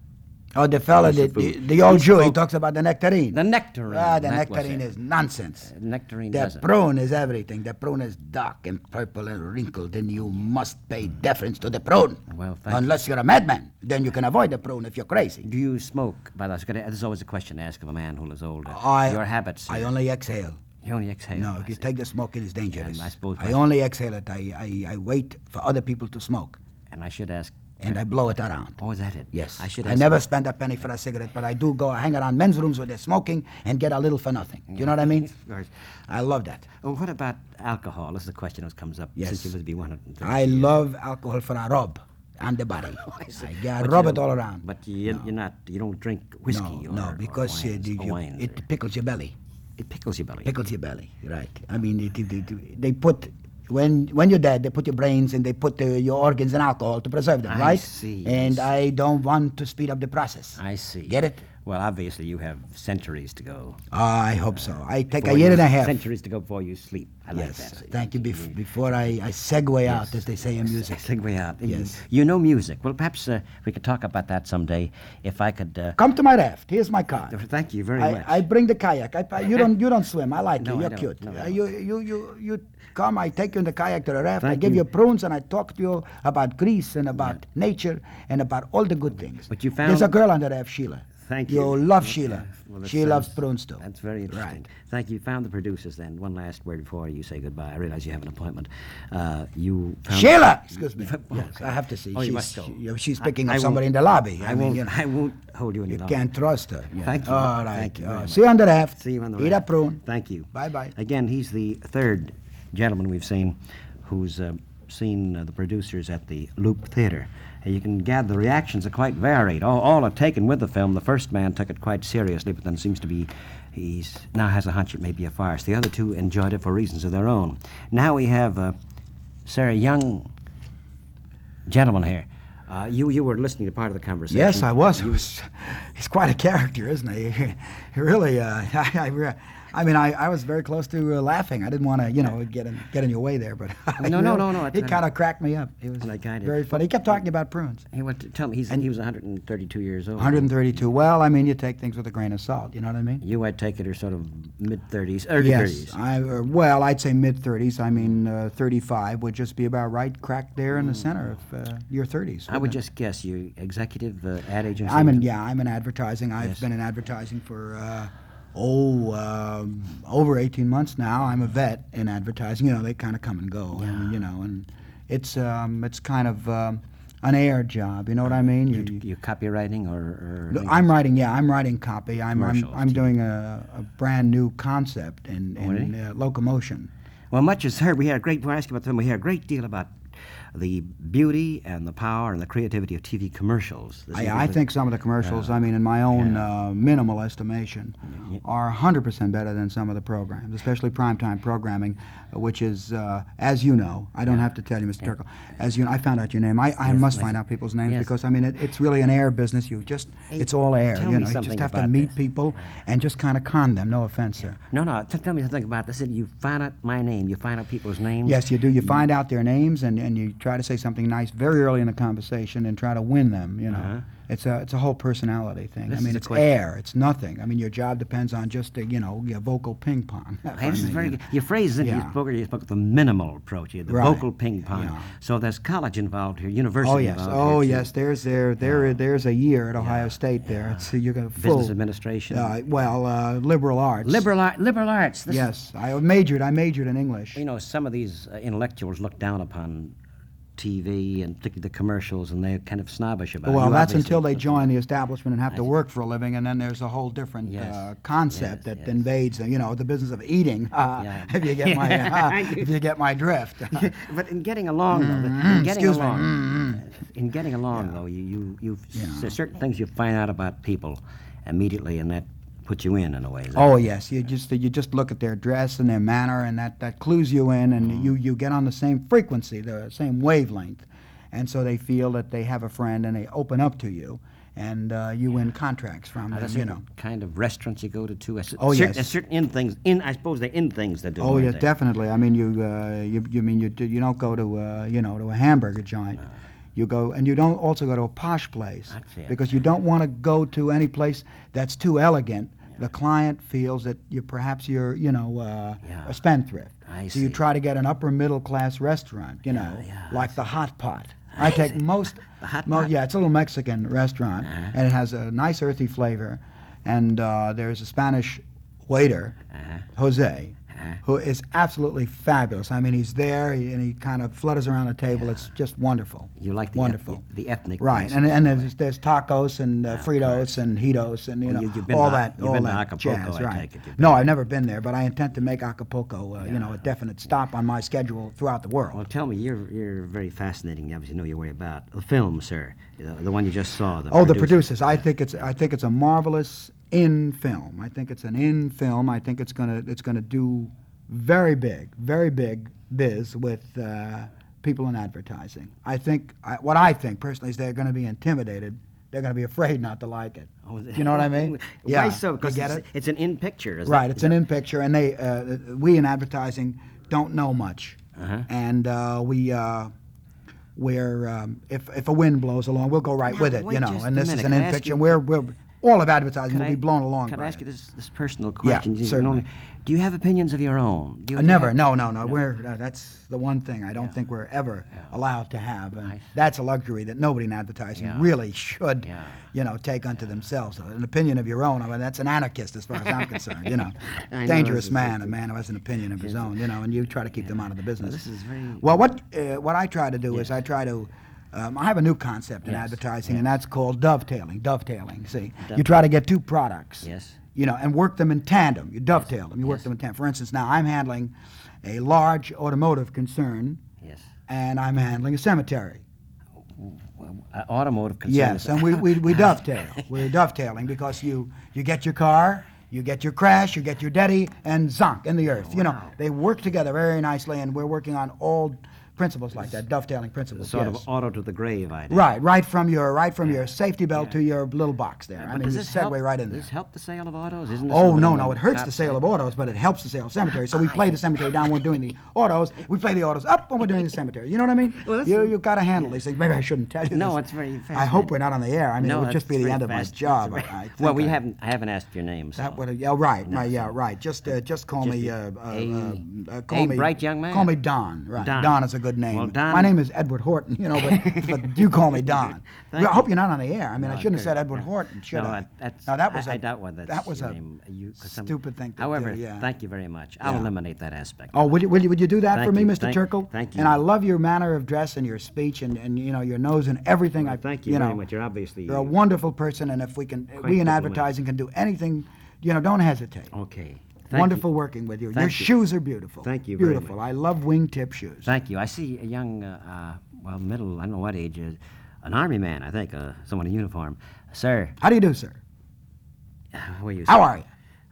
Speaker 2: Oh, the fella,
Speaker 1: Piece
Speaker 2: the,
Speaker 1: of
Speaker 2: the,
Speaker 1: food.
Speaker 2: the old
Speaker 1: He
Speaker 2: Jew, he
Speaker 1: spoke-
Speaker 2: talks about the nectarine.
Speaker 1: the nectarine.
Speaker 2: Ah, the
Speaker 1: that was
Speaker 2: nectarine
Speaker 1: it.
Speaker 2: is nonsense.
Speaker 1: Nectarine
Speaker 2: The
Speaker 1: doesn't.
Speaker 2: prune is everything. The prune is dark and purple and wrinkled, and you must pay deference to the prune.
Speaker 1: Well, thank you.
Speaker 2: Unless you're a madman, then you can avoid the prune if you're crazy.
Speaker 1: Do you smoke? By the way, there's always a question to ask of a man who is older.
Speaker 2: I,
Speaker 1: Your habits.
Speaker 2: I
Speaker 1: sir.
Speaker 2: only exhale.
Speaker 1: you only exhale.
Speaker 2: No,
Speaker 1: I
Speaker 2: if you
Speaker 1: see.
Speaker 2: take the smoke, it is dangerous.
Speaker 1: I suppose
Speaker 2: I
Speaker 1: my-
Speaker 2: only exhale it. I, I, I wait for other people to smoke,
Speaker 1: And I should ask.
Speaker 2: and I blow it around.
Speaker 1: Oh, is that it?
Speaker 2: Yes.
Speaker 1: I should
Speaker 2: I
Speaker 1: ask.
Speaker 2: never spend a penny for a cigarette, but I do go hang around men's rooms where they're smoking and get a little for nothing. You know what I mean?
Speaker 1: Of course.
Speaker 2: I love that.
Speaker 1: Oh, what about alcohol? This is the question that comes up
Speaker 2: Yes.
Speaker 1: since you would be 130.
Speaker 2: I love alcohol for a rub on the body. I, yeah, I
Speaker 1: But
Speaker 2: rub
Speaker 1: you
Speaker 2: it all
Speaker 1: don't-
Speaker 2: around.
Speaker 1: But you, you're not, you don't drink whiskey
Speaker 2: no,
Speaker 1: or
Speaker 2: no,
Speaker 1: or
Speaker 2: because uh,
Speaker 1: wines,
Speaker 2: the-
Speaker 1: or
Speaker 2: you-
Speaker 1: wines or-
Speaker 2: it pickles your belly.
Speaker 1: it pickles your belly.
Speaker 2: Pickles your belly, right? I mean, it, it, it- they put when when you're dead, they put your brains and they put uh, your organs in alcohol to preserve them,
Speaker 1: I
Speaker 2: right?
Speaker 1: see, I
Speaker 2: And
Speaker 1: see.
Speaker 2: I don't want to speed up the process.
Speaker 1: I see.
Speaker 2: Get it?
Speaker 1: Well, obviously, you have centuries to go.
Speaker 3: I hope so. I take
Speaker 1: before
Speaker 3: a year
Speaker 1: you-
Speaker 3: and a half.
Speaker 1: Centuries to go before you sleep. I
Speaker 3: Yes.
Speaker 1: like Mm. that.
Speaker 3: Thank you. Bef- before I, I segue out, as they say in music.
Speaker 1: Segue out.
Speaker 3: Yes.
Speaker 1: You know music. Well, perhaps uh, we could talk about that someday. If I could. Uh,
Speaker 2: Come to my raft. Here's my card.
Speaker 1: thank you very much.
Speaker 2: I, I bring the kayak. I, pa- you don't you don't swim. I like
Speaker 1: No, I
Speaker 2: you. You're
Speaker 1: don't.
Speaker 2: cute.
Speaker 1: No, I
Speaker 2: Uh,
Speaker 1: don't.
Speaker 2: you you you you come. I take you in the kayak to the raft. I
Speaker 1: Thank
Speaker 2: give
Speaker 1: you.
Speaker 2: you. prunes and I talk to you about Greece and about nature and about all the good things.
Speaker 1: But you
Speaker 2: there's a
Speaker 1: found-
Speaker 2: girl on the raft, Sheila.
Speaker 1: Thank
Speaker 2: You
Speaker 1: you.
Speaker 2: love
Speaker 1: Yeah.
Speaker 2: Sheila.
Speaker 1: Well, that
Speaker 2: she
Speaker 1: sounds-
Speaker 2: loves prunes too.
Speaker 1: That's very interesting.
Speaker 2: Right.
Speaker 1: Thank you. Found the producers then. One last word before you say goodbye. I realize you have an appointment. Uh, you found
Speaker 2: Sheila, excuse me. Yes,
Speaker 1: okay.
Speaker 2: I have to see.
Speaker 1: Oh, you
Speaker 2: she's,
Speaker 1: must go.
Speaker 2: she- she's picking
Speaker 1: I- I
Speaker 2: up somebody
Speaker 1: won't-
Speaker 2: in the lobby.
Speaker 1: I,
Speaker 2: mean,
Speaker 1: won't.
Speaker 2: you know.
Speaker 1: I won't hold you any longer.
Speaker 2: Can't trust her. yeah.
Speaker 1: Thank you.
Speaker 2: All right.
Speaker 1: Thank you
Speaker 2: Uh,
Speaker 1: very
Speaker 2: see you on the raft.
Speaker 1: See you on the road.
Speaker 2: Eat a prune.
Speaker 1: Thank you.
Speaker 2: Bye-bye.
Speaker 1: Again, he's the third gentleman we've seen who's uh, seen uh, the producers at the Loop Theater. And you can gather the reactions are quite varied. All, all are taken with the film. The first man took it quite seriously, but then seems to be he's now has a hunch it may be a farce. The other two enjoyed it for reasons of their own. Now we have uh, Sarah Young gentleman here. Uh, you you were listening to part of the conversation.
Speaker 2: Yes, I was. He was he's quite a character, isn't he? He really, uh, I, I, re- I mean, I, I was very close to uh, laughing. I didn't want to, you know, get in, get in your way there, but I
Speaker 1: No, no,
Speaker 2: really-
Speaker 1: no, no,
Speaker 2: He
Speaker 1: it's-
Speaker 2: kind of cracked me up. He was
Speaker 1: Like I did.
Speaker 2: very funny. He kept talking about prunes.
Speaker 1: He went to, tell me he's, he was 132 years old.
Speaker 2: 132. Well, I mean, you take things with a grain of salt. You know what I mean?
Speaker 1: You, I take it, are sort of mid 30s, early
Speaker 2: Yes.
Speaker 1: 30s.
Speaker 2: I, uh, well, I'd say mid 30s. I mean, uh, 35 would just be about right, cracked there in the center of uh, your 30s.
Speaker 1: Mm. I would
Speaker 2: wouldn't it?
Speaker 1: just guess you executive uh, ad agency.
Speaker 2: I'm in. Yeah, I'm in advertising. I've been in advertising for uh, oh um, over 18 months now. I'm a vet in advertising. You know, they kind of come and go. And, you know, and it's um, it's kind of um, an air job. You know what I mean? You-
Speaker 1: You copywriting or. or
Speaker 2: no, I'm writing. Yeah, I'm writing copy. I'm I'm,
Speaker 1: Commercials,
Speaker 2: I'm
Speaker 1: TV.
Speaker 2: doing a, a brand new concept in, in
Speaker 1: really?
Speaker 2: uh, locomotion.
Speaker 1: Well, much is heard. We hear a great. When I ask you about the film, we hear a great deal about the beauty and the power and the creativity of TV commercials. This is
Speaker 2: I, I
Speaker 1: the-
Speaker 2: think some of the commercials, I mean, in my own uh, minimal estimation, are 100% better than some of the programs, especially primetime programming, uh, which is, uh, as you know, I don't have to tell you, Mr. Turkle, as you know, I found out your name. I, I must find out people's names
Speaker 1: Yes.
Speaker 2: because, I mean, it, it's really an air business. You just, it's all air.
Speaker 1: tell
Speaker 2: you
Speaker 1: me
Speaker 2: know, you
Speaker 1: something
Speaker 2: just have to
Speaker 1: about
Speaker 2: meet
Speaker 1: this.
Speaker 2: people and just kind of con them. No offense, sir.
Speaker 1: No, no. t- Tell me something about this. You find out my name. You find out people's names.
Speaker 2: Yes, you do. You find out their names and, and you try to say something nice very early in the conversation and try to win them. You know, it's a it's a whole personality thing.
Speaker 1: Uh-huh. This
Speaker 2: I
Speaker 1: is
Speaker 2: mean,
Speaker 1: a
Speaker 2: it's
Speaker 1: question.
Speaker 2: air. It's nothing. I mean, your job depends on just the, you know your vocal ping pong.
Speaker 1: Hey, this is very good. Your phrase, yeah. you
Speaker 2: Yeah.
Speaker 1: spoke, you spoke of the minimal approach, you had the
Speaker 2: Right.
Speaker 1: vocal ping pong.
Speaker 2: Yeah.
Speaker 1: So there's college involved here, university
Speaker 2: Oh yes,
Speaker 1: involved here,
Speaker 2: oh
Speaker 1: too.
Speaker 2: yes. There's there there there's a year at Ohio State. There, it's you're gonna
Speaker 1: Business
Speaker 2: full.
Speaker 1: administration.
Speaker 2: Uh, well, uh, liberal arts.
Speaker 1: Liberal, art, liberal arts. This
Speaker 2: Yes, I majored. I majored in English.
Speaker 1: You know, some of these uh, intellectuals look down upon TV and particularly the commercials, and they're kind of snobbish about it.
Speaker 2: Well,
Speaker 1: Uh, You
Speaker 2: that's
Speaker 1: obviously-
Speaker 2: until they join the establishment and have to work for a living, and then there's a whole different
Speaker 1: Yes.
Speaker 2: uh,
Speaker 1: Yes,
Speaker 2: concept that
Speaker 1: yes.
Speaker 2: invades them. You know, the business of eating. Uh,
Speaker 1: Yeah.
Speaker 2: If you get my uh, if you get my drift.
Speaker 1: But in getting along, though, in getting
Speaker 2: Mm-hmm. excuse me, Mm-hmm.
Speaker 1: along, in getting along, though, you you you there's certain things you find out about people immediately, and that puts you in in a way. Is that-
Speaker 2: Oh yes, you just you just look at their dress and their manner, and that, that clues you in, and you
Speaker 1: Mm-hmm.
Speaker 2: you get on the same frequency, the same wavelength, and so they feel that they have a friend, and they open up to you, and uh, you win contracts from
Speaker 1: Are there
Speaker 2: them. You
Speaker 1: certain
Speaker 2: know.
Speaker 1: kind of restaurants you go to too. A cer-
Speaker 2: Oh,
Speaker 1: cer-
Speaker 2: yes.
Speaker 1: a certain in things. In I suppose they're in things that do.
Speaker 2: Oh yeah,
Speaker 1: aren't they?
Speaker 2: definitely. I mean, you uh, you, you mean you do- you don't go to uh, you know to a hamburger joint. You go and you don't also go to a posh place
Speaker 1: That's it.
Speaker 2: because you don't want to go to any place that's too elegant. The client feels that you perhaps you're you know uh,
Speaker 1: Yeah.
Speaker 2: a spendthrift.
Speaker 1: I
Speaker 2: so you
Speaker 1: see.
Speaker 2: try to get an upper middle class restaurant. You know,
Speaker 1: yeah,
Speaker 2: like the Hot Pot. I take most.
Speaker 1: The Hot
Speaker 2: mo-
Speaker 1: Pot. Uh-huh.
Speaker 2: Yeah, it's a little Mexican restaurant, and it has a nice earthy flavor, and uh, there's a Spanish waiter,
Speaker 1: Uh-huh.
Speaker 2: Jose, who is absolutely fabulous. I mean, he's there he, and he kind of flutters around the table. It's just wonderful.
Speaker 1: You like the eth-
Speaker 2: wonderful.
Speaker 1: the ethnic
Speaker 2: right?
Speaker 1: place.
Speaker 2: And, and there's, there's tacos and uh, Fritos and Hitos and you know
Speaker 1: you- you've been
Speaker 2: all
Speaker 1: to-
Speaker 2: that
Speaker 1: you've
Speaker 2: all
Speaker 1: been to
Speaker 2: that
Speaker 1: Acapulco,
Speaker 2: jazz,
Speaker 1: I
Speaker 2: right?
Speaker 1: take it. You've been
Speaker 2: No, I've never been there, but I intend to make Acapulco, uh, you know, a definite stop on my schedule throughout the world.
Speaker 1: Well, tell me, you're you're very fascinating. You obviously know your way about the film, sir. The, the one you just saw. The
Speaker 2: Oh, the
Speaker 1: producer.
Speaker 2: producers. I think it's I think it's a marvelous in film. I think it's an in film. I think it's gonna it's gonna do very big, very big biz with uh, people in advertising. I think I, what I think personally is they're going to be intimidated they're going to be afraid not to like it.
Speaker 1: Oh, is it-
Speaker 2: You know what I mean?
Speaker 1: Why
Speaker 2: Yeah,
Speaker 1: so?
Speaker 2: you
Speaker 1: Because
Speaker 2: get
Speaker 1: it's,
Speaker 2: it?
Speaker 1: it's an in picture, is
Speaker 2: Right,
Speaker 1: It?
Speaker 2: it's an in picture, and they uh, we in advertising don't know much,
Speaker 1: Uh-huh.
Speaker 2: and uh, we uh, we're um, if if a wind blows along, we'll go right
Speaker 1: Now,
Speaker 2: with it,
Speaker 1: wait
Speaker 2: you know.
Speaker 1: just
Speaker 2: And
Speaker 1: a
Speaker 2: this
Speaker 1: minute.
Speaker 2: is
Speaker 1: Can
Speaker 2: an
Speaker 1: I
Speaker 2: in
Speaker 1: ask
Speaker 2: picture.
Speaker 1: you-
Speaker 2: and We're we're all of advertising
Speaker 1: Can
Speaker 2: will
Speaker 1: I-
Speaker 2: be blown along.
Speaker 1: Can
Speaker 2: by
Speaker 1: I ask
Speaker 2: it.
Speaker 1: you this, this personal question? You
Speaker 2: certainly.
Speaker 1: don't- Do you have opinions of your own? Do you
Speaker 2: Uh,
Speaker 1: do you
Speaker 2: never,
Speaker 1: have-
Speaker 2: no, no, no. We're uh, that's the one thing I don't think we're ever allowed to have, and that's a luxury that nobody in advertising
Speaker 1: Yeah.
Speaker 2: really should,
Speaker 1: Yeah.
Speaker 2: you know, take unto themselves. An opinion of your own, I mean, that's an anarchist as far as I'm concerned. You know,
Speaker 1: I know,
Speaker 2: dangerous
Speaker 1: it's-
Speaker 2: man, a man who has an opinion of his own. You know, and you try to keep them out of the business.
Speaker 1: this is very-
Speaker 2: well. What uh, what I try to do is I try to. Um, I have a new concept in
Speaker 1: Yes,
Speaker 2: advertising, and that's called dovetailing. Dovetailing. See, you try to get two products
Speaker 1: Yes.
Speaker 2: you know, and work them in tandem. You dovetail them. You work them in tandem. For instance, now I'm handling a large automotive concern,
Speaker 1: Yes.
Speaker 2: and I'm handling a cemetery.
Speaker 1: Well, uh, automotive concerns.
Speaker 2: Yes, and we, we, we dovetail. We're dovetailing because you you get your car, you get your crash, you get your daddy, and zonk in the earth. You know, they work together very nicely, and we're working on all principles like that, dovetailing principles.
Speaker 1: sort
Speaker 2: yes.
Speaker 1: of auto to the grave idea.
Speaker 2: Right, right from your right from your safety belt to your little box there.
Speaker 1: But
Speaker 2: I mean,
Speaker 1: does
Speaker 2: you
Speaker 1: this
Speaker 2: segue
Speaker 1: help,
Speaker 2: right in there.
Speaker 1: does this help the sale of autos? Isn't this a Uh,
Speaker 2: Oh
Speaker 1: little
Speaker 2: no, no, it hurts
Speaker 1: top-
Speaker 2: the sale of autos, but it helps the sale of cemeteries. So we play the cemetery down when we're doing the autos. We play the autos up when we're doing the cemetery. You know what I mean?
Speaker 1: Well, that's-
Speaker 2: you you've got to handle these things. Maybe I shouldn't tell you.
Speaker 1: No,
Speaker 2: this.
Speaker 1: it's very
Speaker 2: I hope
Speaker 1: fascinating.
Speaker 2: we're not on the air. I mean,
Speaker 1: No,
Speaker 2: it would just
Speaker 1: that's
Speaker 2: be the
Speaker 1: very
Speaker 2: end of my
Speaker 1: fast- that's
Speaker 2: job.
Speaker 1: very-
Speaker 2: I- I
Speaker 1: well,
Speaker 2: think
Speaker 1: we
Speaker 2: I-
Speaker 1: haven't. I haven't asked your name. So.
Speaker 2: That would yeah right right yeah right just uh, just call
Speaker 1: Just
Speaker 2: me
Speaker 1: a-
Speaker 2: uh, uh,
Speaker 1: a-
Speaker 2: uh, uh,
Speaker 1: a
Speaker 2: call me
Speaker 1: bright young man.
Speaker 2: call me Don right
Speaker 1: Don.
Speaker 2: Don, is a good name
Speaker 1: Well, Don-
Speaker 2: my name is Edward Horton you know but, but you call me Don
Speaker 1: Thank
Speaker 2: I hope you're not on the air I mean I
Speaker 1: No,
Speaker 2: shouldn't have
Speaker 1: good.
Speaker 2: said Edward
Speaker 1: No.
Speaker 2: Horton should
Speaker 1: no,
Speaker 2: I
Speaker 1: that- That's,
Speaker 2: now that was
Speaker 1: I,
Speaker 2: a
Speaker 1: I doubt whether that's
Speaker 2: that was
Speaker 1: your
Speaker 2: a
Speaker 1: name. uh, You- 'cause some-
Speaker 2: stupid thing to
Speaker 1: However,
Speaker 2: do, yeah.
Speaker 1: thank you very much. I'll
Speaker 2: Yeah.
Speaker 1: eliminate that aspect.
Speaker 2: Oh, would you, would you, would you do that
Speaker 1: Thank
Speaker 2: for me,
Speaker 1: you,
Speaker 2: Mr.
Speaker 1: thank-
Speaker 2: Turkle?
Speaker 1: thank you.
Speaker 2: And I love your manner of dress and your speech and, and you know your nose and everything. I
Speaker 1: thank you very
Speaker 2: know,
Speaker 1: much. You're obviously-
Speaker 2: you're a wonderful person, and if we can, we in
Speaker 1: diplomat.
Speaker 2: advertising can do anything, you know, don't hesitate.
Speaker 1: Okay. Thank you.
Speaker 2: wonderful working with you.
Speaker 1: Thank
Speaker 2: your
Speaker 1: you.
Speaker 2: shoes are beautiful.
Speaker 1: Thank you very
Speaker 2: Beautiful. I love wingtip shoes.
Speaker 1: Thank you. I see a young, uh, uh, well, middle, I don't know what age, uh, an army man, I think, uh, someone in uniform. Sir,
Speaker 2: How do you do, sir?
Speaker 1: how are you?
Speaker 2: How
Speaker 1: sir?
Speaker 2: are you?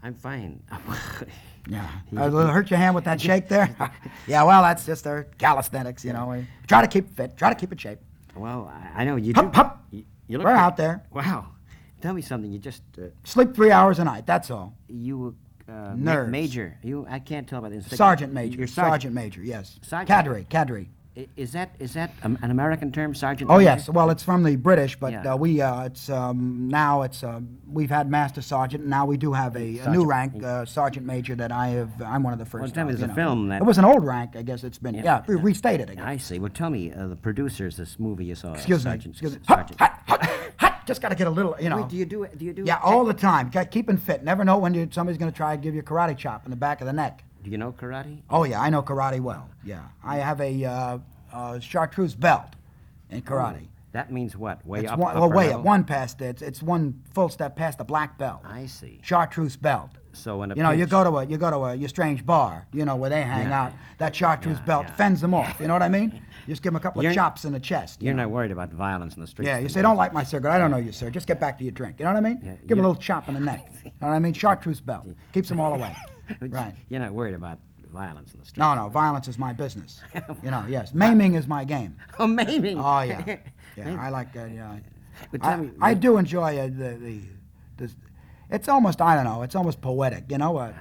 Speaker 1: I'm fine.
Speaker 2: Yeah. Uh, will it hurt your hand with that shake there? yeah. Well, that's just their calisthenics, you know. We Try to keep fit. Try to keep in shape.
Speaker 1: well, I, I know you
Speaker 2: Hup,
Speaker 1: do.
Speaker 2: hup.
Speaker 1: You, you look
Speaker 2: We're
Speaker 1: pretty-
Speaker 2: out there.
Speaker 1: Wow. Tell me something. You just, uh,
Speaker 2: Sleep three hours a night. That's all.
Speaker 1: you, uh, ma-
Speaker 2: Nerves.
Speaker 1: major. You, I can't tell by the insignia.
Speaker 2: Sergeant Major.
Speaker 1: You're sergeant.
Speaker 2: Major, yes.
Speaker 1: Sergeant.
Speaker 2: Cadre, cadre.
Speaker 1: I- Is that, is that um, an American term, sergeant?
Speaker 2: Oh
Speaker 1: major?
Speaker 2: yes, well it's from the British, but
Speaker 1: Yeah.
Speaker 2: uh, we uh, it's um, now it's uh, we've had Master Sergeant, and now we do have a, a new rank, uh, Sergeant Major. That I have, I'm one of the first.
Speaker 1: tell me
Speaker 2: of,
Speaker 1: there's
Speaker 2: you
Speaker 1: a film that-
Speaker 2: it was an old rank, I guess it's been yeah, re- restated again.
Speaker 1: I see. Well, tell me, uh, the producers, this movie you saw.
Speaker 2: excuse
Speaker 1: sergeant,
Speaker 2: me, excuse me. Hut,
Speaker 1: Sergeant.
Speaker 2: hut, hut, hut. Just got to get a little, you know.
Speaker 1: Wait, do you do it? Do you do
Speaker 2: yeah, all the time. Got keeping fit. Never know when you, somebody's going to try to give you a karate chop in the back of the neck.
Speaker 1: Do you know karate?
Speaker 2: Oh yeah, I know karate well. Yeah, I have a uh, uh, chartreuse belt in karate.
Speaker 1: That means what? Way
Speaker 2: It's
Speaker 1: up.
Speaker 2: one,
Speaker 1: upper
Speaker 2: well, way up,
Speaker 1: level?
Speaker 2: one past it's it's one full step past the black belt.
Speaker 1: I see.
Speaker 2: Chartreuse belt.
Speaker 1: So in a
Speaker 2: you know, you
Speaker 1: pinch-
Speaker 2: go to a you go to a your strange bar, you know, where they hang
Speaker 1: Yeah.
Speaker 2: out. That chartreuse
Speaker 1: Yeah,
Speaker 2: belt
Speaker 1: yeah.
Speaker 2: fends them off. You know what I mean? You just give them a couple
Speaker 1: You're-
Speaker 2: of chops in the chest. you
Speaker 1: You're
Speaker 2: know?
Speaker 1: not worried about violence in the streets.
Speaker 2: Yeah,
Speaker 1: then,
Speaker 2: you say,
Speaker 1: are
Speaker 2: don't like my cigarette. I don't know you, sir. Just get back to your drink. You know what I mean?
Speaker 1: Yeah,
Speaker 2: give 'em
Speaker 1: you-
Speaker 2: a little chop in the neck. you know what I mean? Chartreuse belt keeps them all away. right.
Speaker 1: You're not worried about violence in the streets.
Speaker 2: No, no, violence is my business. You know, yes, maiming is my game.
Speaker 1: Oh, maybe.
Speaker 2: Oh yeah, yeah. I like that. Yeah,
Speaker 1: But
Speaker 2: I,
Speaker 1: tell me-
Speaker 2: I do enjoy uh, the, the the. It's almost I don't know. It's almost poetic, you know. Uh,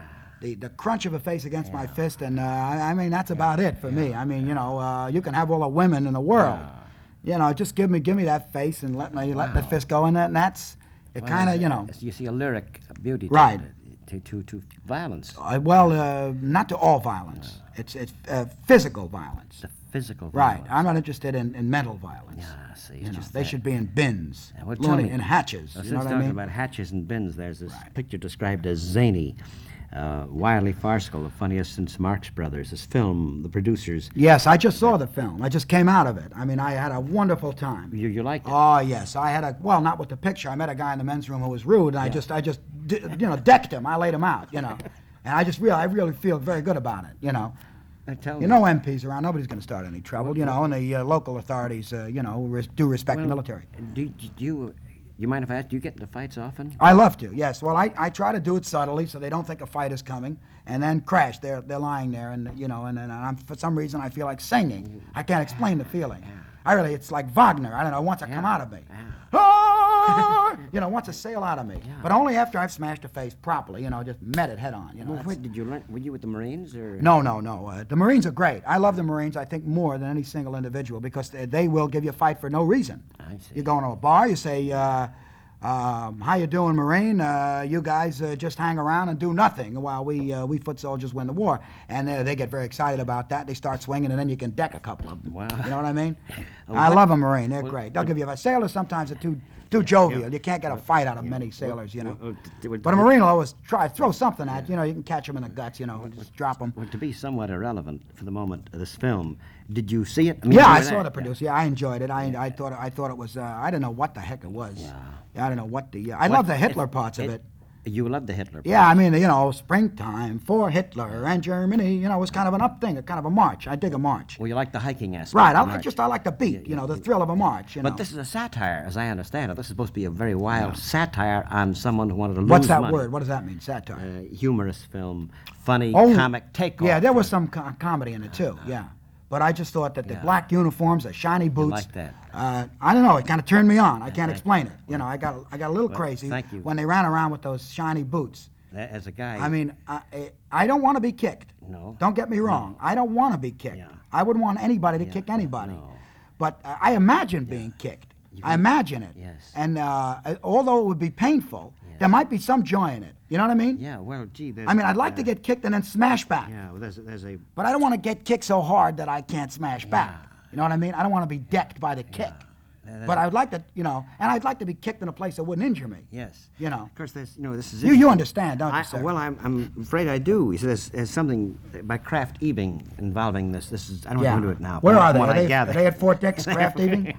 Speaker 2: the, the crunch of a face against my fist, and uh, I I mean that's about it for me. I mean, you know, uh, you can have all the women in the world, you know, just give me give me that face and let me let the fist go, and, that, and that's it.
Speaker 1: Well,
Speaker 2: kind
Speaker 1: it's
Speaker 2: of,
Speaker 1: a-
Speaker 2: you know,
Speaker 1: it's- You see a lyric beauty. to-
Speaker 2: Right.
Speaker 1: To, to, to violence,
Speaker 2: uh, well, uh, not to all violence. It's it's uh, physical violence,
Speaker 1: the physical
Speaker 2: right?
Speaker 1: violence.
Speaker 2: I'm not interested in, in mental violence.
Speaker 1: Ah, see, it's
Speaker 2: You know,
Speaker 1: just
Speaker 2: they
Speaker 1: that.
Speaker 2: should be in bins,
Speaker 1: Now, well, tell
Speaker 2: loony,
Speaker 1: me-
Speaker 2: in hatches.
Speaker 1: Now,
Speaker 2: You
Speaker 1: since
Speaker 2: know what I
Speaker 1: talking
Speaker 2: mean?
Speaker 1: about hatches and bins, there's this picture described as zany, uh, wildly farcical, the funniest since Marx Brothers. This film, the producers,
Speaker 2: Yes, I just saw the film. I just came out of it. I mean, I had a wonderful time.
Speaker 1: you, you liked it.
Speaker 2: Oh yes, I had a well, not with the picture. I met a guy in the men's room who was rude, and I just, I just, d- you know, decked him. I laid him out, you know, and I just real, I really feel very good about it, you know.
Speaker 1: Now, tell
Speaker 2: You
Speaker 1: me.
Speaker 2: know, MPs around, nobody's going to start any trouble, you know, and the uh, local authorities, uh, you know, res- do respect the military.
Speaker 1: Do, do you, you mind if I ask, do you get into fights often?
Speaker 2: I love to, yes. Well, I, I try to do it subtly so they don't think a fight is coming, and then crash. They're, they're lying there, and you know, and, and I'm, for some reason I feel like singing. I can't explain the feeling. I really, it's like Wagner. I don't know. It wants to come out of me.
Speaker 1: yeah.
Speaker 2: Oh, "Ah!" you know, wants to sail out of me. But only after I've smashed a face properly, you know, just met it head on. You know,
Speaker 1: Well,
Speaker 2: that's-
Speaker 1: where did you learn? Were you with the Marines or?
Speaker 2: no, no, no. Uh, the Marines are great. I love the Marines, I think, more than any single individual because they, they will give you a fight for no reason.
Speaker 1: I see.
Speaker 2: You go into a bar, you say, uh, um, how you doing, Marine? Uh, you guys uh, just hang around and do nothing while we, uh, we foot soldiers win the war. And uh, they get very excited about that. They start swinging, and then you can deck a couple of them.
Speaker 1: Wow.
Speaker 2: You know what I mean?
Speaker 1: Well,
Speaker 2: I
Speaker 1: what-
Speaker 2: love a Marine. They're great. They'll give you a sailor. Sometimes they're too, too jovial. You can't get a fight out of many sailors, you know.
Speaker 1: well, t- t- well,
Speaker 2: but a
Speaker 1: t-
Speaker 2: Marine will always try, throw something at you. You know, you can catch them in the guts, you know, and just drop them.
Speaker 1: Well, to be somewhat irrelevant for the moment, uh, this film. Did you see it? mean, you
Speaker 2: Yeah, I
Speaker 1: were
Speaker 2: saw
Speaker 1: there.
Speaker 2: the producer. Yeah, I enjoyed it. I, I thought I thought it was. Uh, I don't know what the heck it was. I don't know what the. uh, I love the Hitler parts of it.
Speaker 1: You loved the Hitler.
Speaker 2: Yeah, I mean, you know, springtime for Hitler and Germany. You know, it was kind of an up thing, a kind of a march. I dig a march.
Speaker 1: Well, you liked the hiking aspect.
Speaker 2: Right. I
Speaker 1: right.
Speaker 2: like just I like the beat. You know, the thrill of a march. You know.
Speaker 1: But this is a satire, as I understand it. This is supposed to be a very wild satire on someone who wanted to lose
Speaker 2: What's that
Speaker 1: money.
Speaker 2: word? What does that mean? Satire.
Speaker 1: Uh, humorous film, funny comic takeoff.
Speaker 2: Oh, Yeah, there was some co- comedy in it too. Yeah, but I just thought that the black uniforms, the shiny boots.
Speaker 1: like that.
Speaker 2: Uh, I don't know. It kind of turned me on. I can't explain it. You know, I got I got a little crazy
Speaker 1: thank you.
Speaker 2: when they ran around with those shiny boots.
Speaker 1: That- As a guy,
Speaker 2: I mean, I, I- I don't want to be kicked.
Speaker 1: No.
Speaker 2: Don't get me wrong. I don't want to be kicked.
Speaker 1: Yeah.
Speaker 2: I wouldn't want anybody to kick anybody.
Speaker 1: no.
Speaker 2: But uh, I imagine being kicked. I imagine it.
Speaker 1: Yes.
Speaker 2: And uh, although it would be painful, there might be some joy in it. You know what I mean?
Speaker 1: yeah. Well, gee, there's.
Speaker 2: I mean, I'd like to
Speaker 1: uh,
Speaker 2: get kicked and then smash back.
Speaker 1: Yeah, well, there's there's a
Speaker 2: But I don't want to get kicked so hard that I can't smash back. You know what I mean? I don't want to be decked by the kick. But I would like to, you know, and I'd like to be kicked in a place that wouldn't injure me.
Speaker 1: yes.
Speaker 2: You know.
Speaker 1: Of course, there's you know this is
Speaker 2: You,
Speaker 1: it.
Speaker 2: you understand, don't you,
Speaker 1: I,
Speaker 2: sir?
Speaker 1: well, I'm, I'm afraid I do. You see, there's, there's something by Kraft Ebing involving this. This is I don't
Speaker 2: yeah.
Speaker 1: want to go into it now.
Speaker 2: Where
Speaker 1: but
Speaker 2: are they?
Speaker 1: what
Speaker 2: Are
Speaker 1: I
Speaker 2: they,
Speaker 1: gather.
Speaker 2: are they at Fort Dix, Craft Eating?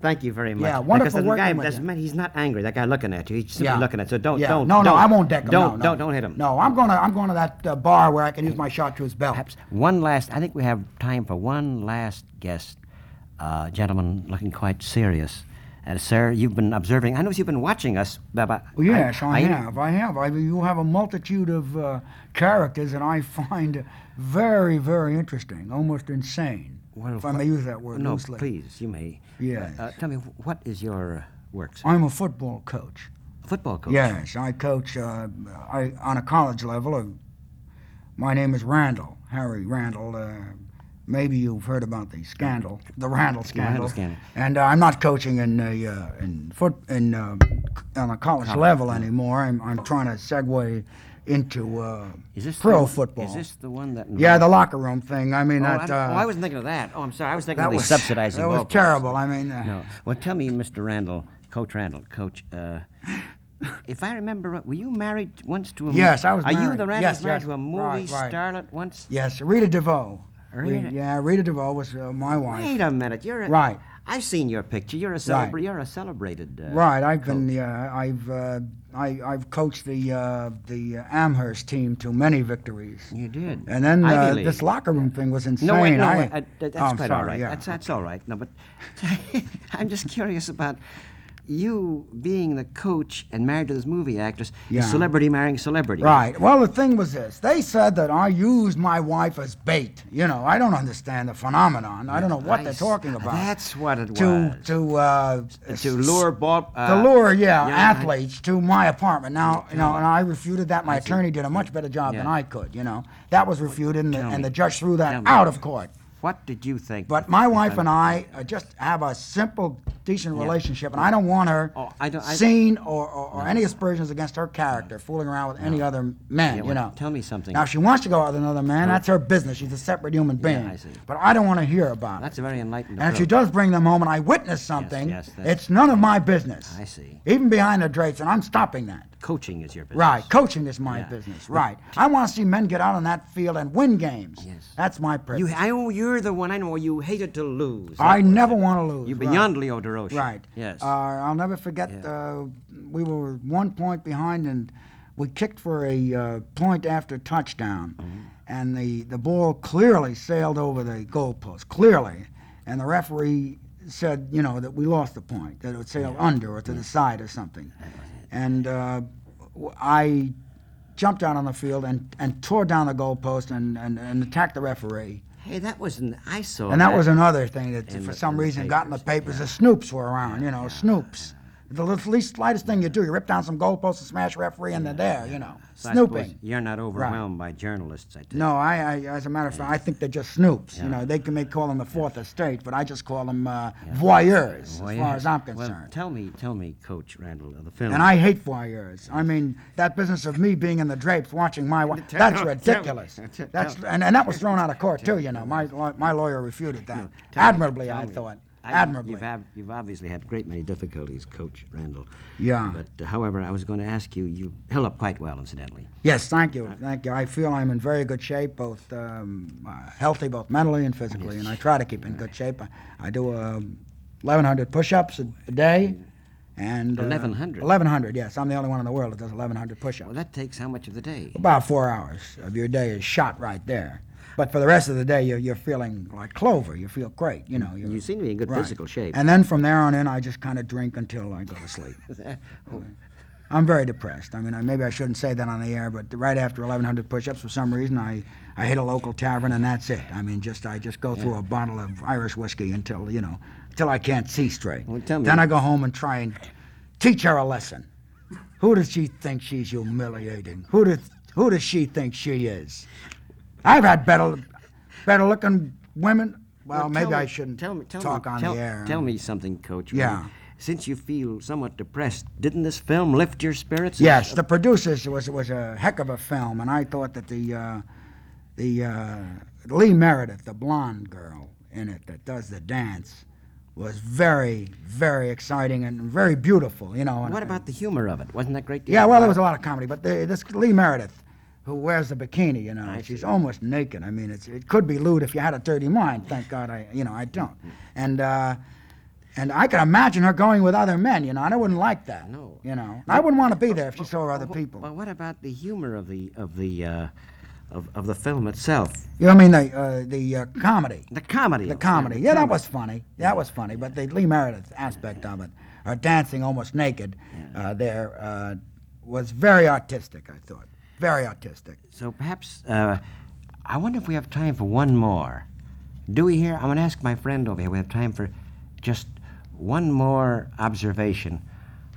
Speaker 1: Thank you very much.
Speaker 2: Yeah, wonderful
Speaker 1: Because the
Speaker 2: working
Speaker 1: guy
Speaker 2: with
Speaker 1: doesn't
Speaker 2: you.
Speaker 1: matter. He's not angry. That guy looking at you. He's simply
Speaker 2: Yeah.
Speaker 1: looking at. you. So don't,
Speaker 2: yeah.
Speaker 1: don't.
Speaker 2: No, no,
Speaker 1: don't.
Speaker 2: I won't deck him.
Speaker 1: Don't,
Speaker 2: no, no.
Speaker 1: don't, don't hit him.
Speaker 2: No, I'm going to I'm going to that uh, bar where I can use my chartreuse belt.
Speaker 1: Perhaps one last. I think we have time for one last guest. Uh, gentleman looking quite serious. And sir, you've been observing. I know you've been watching us. But, but
Speaker 3: Well, yes, I,
Speaker 1: I-
Speaker 3: have. I have. I, you have a multitude of uh, characters that I find very, very interesting, almost insane.
Speaker 1: Well,
Speaker 3: if I may use that word
Speaker 1: no,
Speaker 3: loosely.
Speaker 1: please, you may.
Speaker 3: Yes.
Speaker 1: Uh, tell me, wh- what is your works?
Speaker 3: I'm a football coach.
Speaker 1: Football coach.
Speaker 3: Yes, I coach uh, I, on a college level. Uh, my name is Randall, Harry Randall. Uh, maybe you've heard about the scandal, the Randall scandal.
Speaker 1: scandal.
Speaker 3: And uh, I'm not coaching in the uh, in foot in uh, on a college level anymore. I'm I'm trying to segue into uh,
Speaker 1: Is this
Speaker 3: pro
Speaker 1: the-
Speaker 3: football.
Speaker 1: Is this the one that?
Speaker 3: yeah, the locker room thing. I mean,
Speaker 1: Oh,
Speaker 3: that,
Speaker 1: I'm-
Speaker 3: uh,
Speaker 1: oh, I wasn't thinking of that. Oh, I'm sorry. I was thinking
Speaker 3: that
Speaker 1: of the
Speaker 3: was
Speaker 1: subsidizing.
Speaker 3: That was
Speaker 1: ballparks.
Speaker 3: terrible. I mean, uh,
Speaker 1: No. Well, tell me, Mr. Randall, Coach Randall, Coach. Uh, if I remember, right, were you married once to a? mo-
Speaker 3: Yes, I was
Speaker 1: Are you
Speaker 3: married.
Speaker 1: the Randalls
Speaker 3: Yes,
Speaker 1: married
Speaker 3: yes.
Speaker 1: to a movie
Speaker 3: Right, right.
Speaker 1: starlet once?
Speaker 3: yes, Rita DeVoe.
Speaker 1: Rita-
Speaker 3: Rita- yeah, Rita DeVoe was uh, my wife.
Speaker 1: Wait a minute. You're a,
Speaker 3: Right.
Speaker 1: I've seen your picture. You're a celebra- You're a celebrated. Uh,
Speaker 3: Right, I've been. Yeah, I've uh, I, I've coached the uh, the Amherst team to many victories.
Speaker 1: You did.
Speaker 3: And then
Speaker 1: Ivy
Speaker 3: uh,
Speaker 1: League.
Speaker 3: this locker room thing was insane.
Speaker 1: No, wait, no,
Speaker 3: I-
Speaker 1: wait. I, that- that's
Speaker 3: oh, I'm
Speaker 1: quite all
Speaker 3: sorry,
Speaker 1: right.
Speaker 3: yeah.
Speaker 1: That's, that's all right. No, but I'm just curious about you being the coach and married to this movie actress, is
Speaker 3: Yeah.
Speaker 1: celebrity marrying celebrity.
Speaker 3: Right. Well, the thing was this. They said that I used my wife as bait. You know, I don't understand the phenomenon. I don't know what
Speaker 1: I
Speaker 3: they're
Speaker 1: s-
Speaker 3: talking about.
Speaker 1: That's what it
Speaker 3: to
Speaker 1: was.
Speaker 3: to uh,
Speaker 1: To lure ball.
Speaker 3: to
Speaker 1: Uh,
Speaker 3: lure, yeah,
Speaker 1: yeah, I-
Speaker 3: athletes to my apartment. Now, you know, and I refuted that. My attorney did a much better job than
Speaker 1: Yeah.
Speaker 3: I could. You know, that was refuted, and, the-
Speaker 1: Tell
Speaker 3: and
Speaker 1: me.
Speaker 3: the judge threw
Speaker 1: Tell
Speaker 3: that
Speaker 1: me.
Speaker 3: out of court.
Speaker 1: What did you think?
Speaker 3: But my wife and I uh, just have a simple, decent relationship, and I don't want her
Speaker 1: Oh, I don't- I-
Speaker 3: seen or, or, or any aspersions against her character, fooling around with any other man,
Speaker 1: Yeah,
Speaker 3: you
Speaker 1: well,
Speaker 3: know.
Speaker 1: tell me something.
Speaker 3: Now, if she wants to go out with another man, that's her business. She's a separate human being.
Speaker 1: I see.
Speaker 3: But I don't want to hear about
Speaker 1: That's
Speaker 3: it.
Speaker 1: a very enlightened.
Speaker 3: And if she
Speaker 1: approach.
Speaker 3: does bring them home and I witness something,
Speaker 1: yes, that's-
Speaker 3: it's none of my business.
Speaker 1: I see.
Speaker 3: Even behind the drapes, and I'm stopping that.
Speaker 1: Coaching is your business.
Speaker 3: Right, coaching is my
Speaker 1: Yeah.
Speaker 3: business. Right. I want to see men get out on that field and win games.
Speaker 1: Yes.
Speaker 3: That's my purpose.
Speaker 1: You, I know you're the one. I know you hated to lose.
Speaker 3: I
Speaker 1: That was
Speaker 3: never
Speaker 1: it.
Speaker 3: want to lose.
Speaker 1: You're
Speaker 3: right.
Speaker 1: beyond Leo DeRoche.
Speaker 3: Right.
Speaker 1: Yes.
Speaker 3: Uh, I'll never forget. Uh, we were one point behind, and we kicked for a uh, point after touchdown, and the the ball clearly sailed over the goalpost, clearly, and the referee said, you know, that we lost the point, that it sailed under or to the side or something, and uh, w- I jumped out on the field and, and tore down the goalpost and, and, and attacked the referee.
Speaker 1: hey, that was an. I saw.
Speaker 3: And that was another thing that,
Speaker 1: In
Speaker 3: for
Speaker 1: the-
Speaker 3: some
Speaker 1: in the
Speaker 3: reason, got in the
Speaker 1: papers,
Speaker 3: papers. The Snoops were around, you know, Snoops.
Speaker 2: The least slightest thing you do, you rip down some goalposts and smash a referee, and they're there, you know.
Speaker 1: So I suppose
Speaker 2: Snooping.
Speaker 1: You're not overwhelmed by journalists, I take it.
Speaker 2: No, I, I, as a matter of fact, I think they're just snoops. You know, they can make call them the fourth estate, but I just call them uh, voyeurs,
Speaker 1: Well,
Speaker 2: as
Speaker 1: yeah.
Speaker 2: far as I'm
Speaker 1: Well,
Speaker 2: concerned.
Speaker 1: tell me, tell me, Coach Randall, of the film.
Speaker 2: and I hate voyeurs. I mean, that business of me being in the drapes watching my wife, that's
Speaker 1: tell me.
Speaker 2: ridiculous. That's, and, and that was thrown out of court, too, you know. My, law- my lawyer refuted that.
Speaker 1: Tell me,
Speaker 2: Admirably,
Speaker 1: tell
Speaker 2: I
Speaker 1: me.
Speaker 2: thought.
Speaker 1: I-
Speaker 2: Admirably.
Speaker 1: You've, ab- you've obviously had a great many difficulties, Coach Randall.
Speaker 2: Yeah.
Speaker 1: But uh, however, I was going to ask you. You held up quite well, incidentally.
Speaker 2: Yes, thank you, thank you. I feel I'm in very good shape, both um, uh, healthy, both mentally and physically, and I try to keep in good shape. I, I do um, 1,100 push-ups a, a day, and uh,
Speaker 1: 1100?
Speaker 2: 1,100, yes. I'm the only one in the world that does 1,100 push-ups.
Speaker 1: Well, that takes how much of the day?
Speaker 2: About four hours of your day is shot right there. But for the rest of the day, you're, you're feeling like clover. You feel great, you know. You're,
Speaker 1: You seem to be in good
Speaker 2: right.
Speaker 1: physical shape.
Speaker 2: And then from there on in, I just kind of drink until I go to sleep. I'm very depressed. I mean, I, maybe I shouldn't say that on the air, but right after 1,100 push-ups, for some reason, I, I hit a local tavern and that's it. I mean, just I just go through a bottle of Irish whiskey until you know, until I can't see straight.
Speaker 1: Well, tell me-
Speaker 2: Then I go home and try and teach her a lesson. Who does she think she's humiliating? Who does who does she think she is? I've had better better looking women. Well,
Speaker 1: Well,
Speaker 2: maybe
Speaker 1: tell
Speaker 2: I
Speaker 1: me-
Speaker 2: shouldn't
Speaker 1: tell me, tell
Speaker 2: talk
Speaker 1: me,
Speaker 2: on
Speaker 1: tell,
Speaker 2: the air.
Speaker 1: Tell me something, Coach.
Speaker 2: Yeah.
Speaker 1: Randall. Since you feel somewhat depressed, didn't this film lift your spirits? Uh,
Speaker 2: Yes, the producers it was it was a heck of a film, and I thought that the uh, the uh, Lee Meredith, the blonde girl in it that does the dance, was very very exciting and very beautiful. You know. and-
Speaker 1: What about the humor of it? Wasn't that great?
Speaker 2: Yeah, well, there was a lot of comedy, but the, this Lee Meredith, who wears the bikini, you know, she's almost naked. I mean, it's, it could be lewd if you had a dirty mind. Thank God, I you know I don't.
Speaker 1: Mm-hmm.
Speaker 2: And uh, and I could imagine her going with other men, you know, and I wouldn't like that.
Speaker 1: No.
Speaker 2: You know, I wouldn't want to be there if she saw other people.
Speaker 1: Well, what about the humor of the of the uh, of, of the film itself?
Speaker 2: You know what I mean? The uh, the uh, comedy.
Speaker 1: The comedy.
Speaker 2: The
Speaker 1: of it.
Speaker 2: comedy. Yeah, that was funny. That was funny. But the Lee Meredith aspect of it, her dancing almost naked uh, there, uh, was very artistic, I thought. Very artistic.
Speaker 1: So perhaps uh, I wonder if we have time for one more. Do we hear? I'm going to ask my friend over here. We have time for just one more observation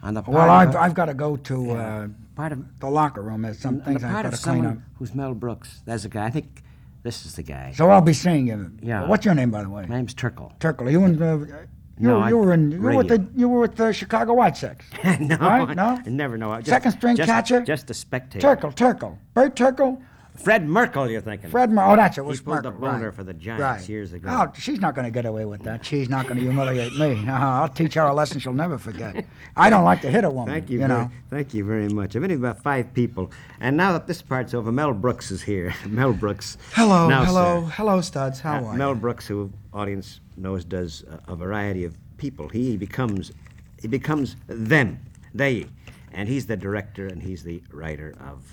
Speaker 1: on the part
Speaker 2: Well,
Speaker 1: of,
Speaker 2: I've,
Speaker 1: a-
Speaker 2: I've got to go to uh,
Speaker 1: part of
Speaker 2: the locker room. There's some
Speaker 1: on the
Speaker 2: things I've
Speaker 1: part
Speaker 2: got
Speaker 1: of
Speaker 2: to clean up.
Speaker 1: someone who's Mel Brooks. There's a guy. I think this is the guy.
Speaker 2: So I'll be seeing you.
Speaker 1: Yeah.
Speaker 2: What's your name, by the way?
Speaker 1: my name's Turkle.
Speaker 2: Turkle. You and uh, you,
Speaker 1: No, I-
Speaker 2: you were in you were with
Speaker 1: radio.
Speaker 2: the you were with the Chicago White Sox.
Speaker 1: no,
Speaker 2: right? No.
Speaker 1: I never know. I just-
Speaker 2: Second string
Speaker 1: just-
Speaker 2: catcher?
Speaker 1: Just a spectator.
Speaker 2: Turkle, Turkle, Bert Turkle.
Speaker 1: Fred Merkel, you're thinking.
Speaker 2: Fred Mer- oh, that's it. it was
Speaker 1: pulled
Speaker 2: Merkel,
Speaker 1: the boner
Speaker 2: right.
Speaker 1: for the Giants
Speaker 2: Right.
Speaker 1: years ago.
Speaker 2: Oh, she's not going to get away with that. She's not going to humiliate me. Uh-huh. I'll teach her a lesson she'll never forget. I don't like to hit a woman.
Speaker 1: Thank you.
Speaker 2: You
Speaker 1: very,
Speaker 2: know.
Speaker 1: Thank you very much. I've interviewed about five people, and now that this part's over, Mel Brooks is here. Mel Brooks.
Speaker 4: Hello,
Speaker 1: Now,
Speaker 4: hello,
Speaker 1: sir,
Speaker 4: hello, studs. How
Speaker 1: uh,
Speaker 4: are
Speaker 1: Mel
Speaker 4: you?
Speaker 1: Brooks, who audience knows, does a- a variety of people. He becomes, he becomes them, they, and he's the director and he's the writer of,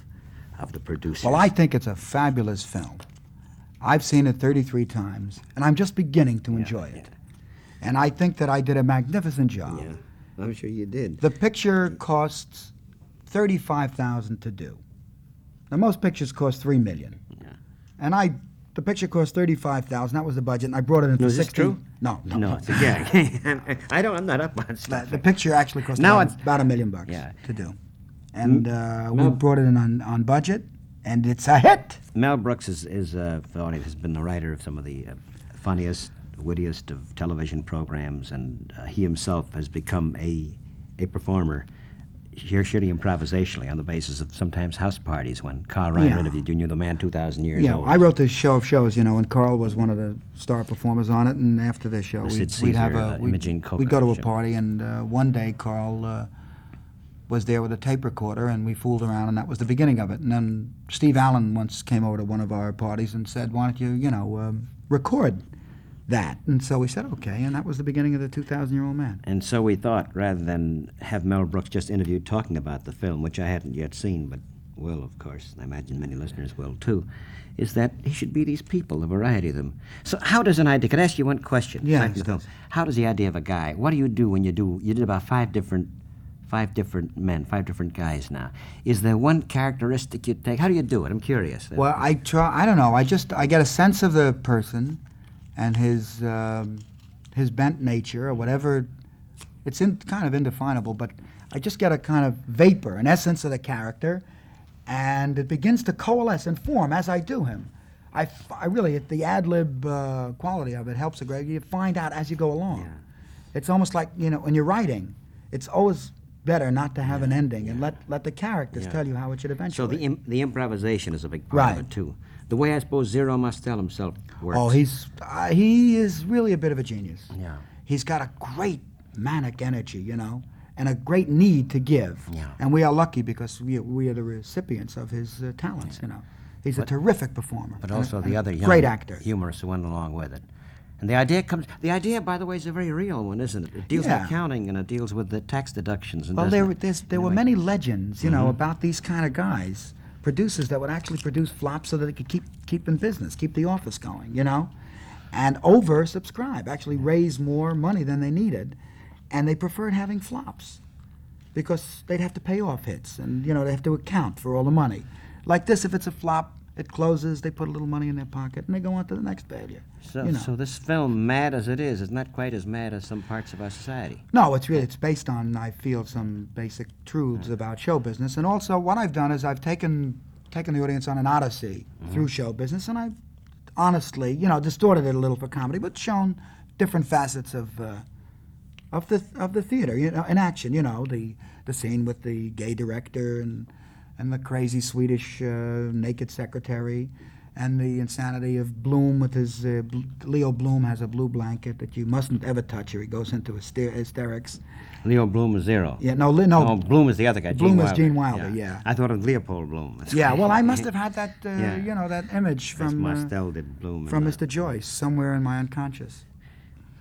Speaker 1: of the producer.
Speaker 4: Well, I think it's a fabulous film. I've seen it 33 times, and I'm just beginning to enjoy it. And I think that I did a magnificent job.
Speaker 1: Yeah, I'm sure you did.
Speaker 4: The picture costs 35,000 to do. Now most pictures cost 3 million.
Speaker 1: Yeah.
Speaker 4: And I the picture cost 35,000. That was the budget, and I brought it in
Speaker 1: No,
Speaker 4: for
Speaker 1: is this
Speaker 4: 16
Speaker 1: true?
Speaker 4: No, no.
Speaker 1: No, it's a gag. I'm- I don't. I'm not up on
Speaker 4: The,
Speaker 1: stuff.
Speaker 4: the picture actually cost
Speaker 1: Now
Speaker 4: about,
Speaker 1: it's-
Speaker 4: about a million bucks
Speaker 1: Yeah. Mm.
Speaker 4: to do. And uh, we brought it in on, on budget, and it's a hit.
Speaker 1: Mel Brooks is, is uh, for the audience, has been the writer of some of the uh, funniest, wittiest of television programs, and uh, he himself has become a, a performer, here shooting improvisationally on the basis of sometimes house parties when Carl Reiner
Speaker 4: Yeah.
Speaker 1: interviewed you, knew the man 2,000 years
Speaker 4: Yeah,
Speaker 1: old.
Speaker 4: I wrote this show of shows, you know, and Carl was one of the star performers on it. And after the show,
Speaker 1: Sid
Speaker 4: we'd, we'd have
Speaker 1: Caesar,
Speaker 4: a
Speaker 1: uh,
Speaker 4: we'd,
Speaker 1: Imogene Coca
Speaker 4: we'd go to a
Speaker 1: show.
Speaker 4: party, and uh, one day Carl uh, was there with a tape recorder, and we fooled around, and that was the beginning of it. And then Steve Allen once came over to one of our parties and said, "Why don't you, you know, um, record that?" And so we said, "Okay," and that was the beginning of the two thousand year old man.
Speaker 1: And so we thought, rather than have Mel Brooks just interviewed talking about the film, which I hadn't yet seen, but will, of course, and I imagine many listeners will too, is that he should be these people, a variety of them. So how does an idea? Can I ask you one question?
Speaker 4: Yeah,
Speaker 1: Back to the film. How does the idea of a guy? What do you do when you do? You did about five different. Five different men, five different guys now. Is there one characteristic you take? How do you do it? I'm curious.
Speaker 4: Well, I try. I don't know. I just I get a sense of the person, and his um, his bent nature or whatever
Speaker 2: It's in, kind of indefinable, but I just get a kind of vapor, an essence of the character, and it begins to coalesce and form as I do him. I, f- I really, it, the ad lib uh, quality of it helps a great You find out as you go along. It's almost like, you know, when you're writing, it's always better not to have an ending and let, let the characters
Speaker 1: Yeah.
Speaker 2: tell you how it should eventually.
Speaker 1: So the Im- the improvisation is a big part of
Speaker 2: Right.
Speaker 1: it too. The way I suppose Zero Mostel himself works.
Speaker 2: Oh, he's uh, he is really a bit of a genius.
Speaker 1: Yeah.
Speaker 2: He's got a great manic energy, you know, and a great need to give.
Speaker 1: Yeah.
Speaker 2: And we are lucky because we, we are the recipients of his uh, talents, you know. He's a terrific performer.
Speaker 1: but
Speaker 2: and a-
Speaker 1: also
Speaker 2: and
Speaker 1: the
Speaker 2: a
Speaker 1: other young
Speaker 2: great actor.
Speaker 1: humorists who went along with it. And the idea comes. The idea, by the way, is a very real one, isn't it? It deals
Speaker 2: Yeah.
Speaker 1: with accounting and it deals with the tax deductions. And
Speaker 2: Well,
Speaker 1: doesn't
Speaker 2: there, were-
Speaker 1: it?
Speaker 2: there's, there
Speaker 1: In a
Speaker 2: were
Speaker 1: way.
Speaker 2: many legends, you know, about these kind of guys, producers that would actually produce flops so that they could keep keep in business, keep the office going, you know, and over subscribe, actually raise more money than they needed, and they preferred having flops because they'd have to pay off hits and you know they have to account for all the money. Like this, if it's a flop, it closes, they put a little money in their pocket, and they go on to the next failure.
Speaker 1: So,
Speaker 2: you know.
Speaker 1: so this film, mad as it is, is not quite as mad as some parts of our society.
Speaker 2: No, it's really it's based on I feel some basic truths about show business, and also what I've done is I've taken taken the audience on an odyssey through show business, and I've honestly, you know, distorted it a little for comedy, but shown different facets of uh, of the of the theater, you know, in action. You know, the the scene with the gay director and and the crazy Swedish uh, naked secretary, and the insanity of Bloom with his uh, bl- Leo Bloom has a blue blanket that you mustn't ever touch, or he goes into hyster- hysterics.
Speaker 1: Leo Bloom is zero.
Speaker 2: Yeah, no, li- no.
Speaker 1: No, Bloom is the other guy.
Speaker 2: Bloom
Speaker 1: Gene
Speaker 2: is
Speaker 1: Wilder.
Speaker 2: Gene Wilder, yeah.
Speaker 1: I thought of Leopold Bloom.
Speaker 2: yeah, well, I must have had that, uh,
Speaker 1: Yeah.
Speaker 2: you know, that image
Speaker 1: That's
Speaker 2: from uh,
Speaker 1: Mostel did Bloom. in
Speaker 2: from
Speaker 1: that.
Speaker 2: Mr. Joyce somewhere in my unconscious.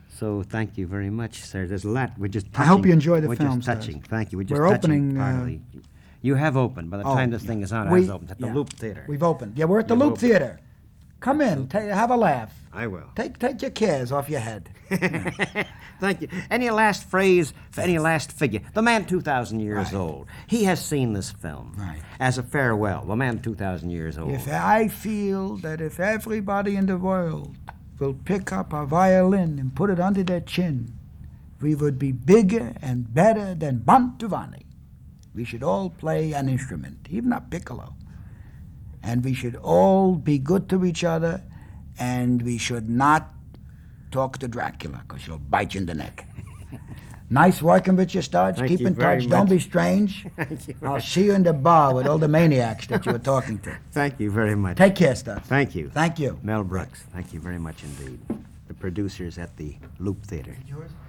Speaker 1: So thank you very much, sir. There's a lot. We're just.
Speaker 2: I
Speaker 1: Touching,
Speaker 2: hope you enjoy the
Speaker 1: we're
Speaker 2: film,
Speaker 1: Just
Speaker 2: sir.
Speaker 1: touching. Thank you. We're just
Speaker 2: We're
Speaker 1: touching
Speaker 2: opening,
Speaker 1: part of
Speaker 2: uh,
Speaker 1: the- you have opened. By the
Speaker 2: Oh,
Speaker 1: time this thing is on, I
Speaker 2: We-
Speaker 1: was opened at the
Speaker 2: yeah.
Speaker 1: Loop Theater.
Speaker 2: We've opened. Yeah, we're at the
Speaker 1: We've
Speaker 2: Loop
Speaker 1: opened.
Speaker 2: Theater. Come in, ta- have a laugh.
Speaker 1: I will.
Speaker 2: Take take your cares off your head.
Speaker 1: Thank you. Any last phrase, for any last figure? The man 2,000 years old. He has seen this film
Speaker 2: Right.
Speaker 1: as a farewell. The man 2,000 years old.
Speaker 2: If I feel that if everybody in the world will pick up a violin and put it under their chin, we would be bigger and better than Mantovani. We should all play an instrument, even a piccolo. And we should all be good to each other, and we should not talk to Dracula, because he'll bite you in the neck. nice working with you, Starch.
Speaker 1: Thank
Speaker 2: Keep
Speaker 1: you
Speaker 2: in
Speaker 1: very
Speaker 2: touch. Don't
Speaker 1: much.
Speaker 2: be strange.
Speaker 1: Thank you
Speaker 2: I'll see you in the bar with all the maniacs that you were talking to.
Speaker 1: Thank you very much.
Speaker 2: Take care, Stubbs.
Speaker 1: Thank you.
Speaker 2: Thank you.
Speaker 1: Mel Brooks, thank you very much indeed. The producers at the Loop Theater.
Speaker 2: Yours?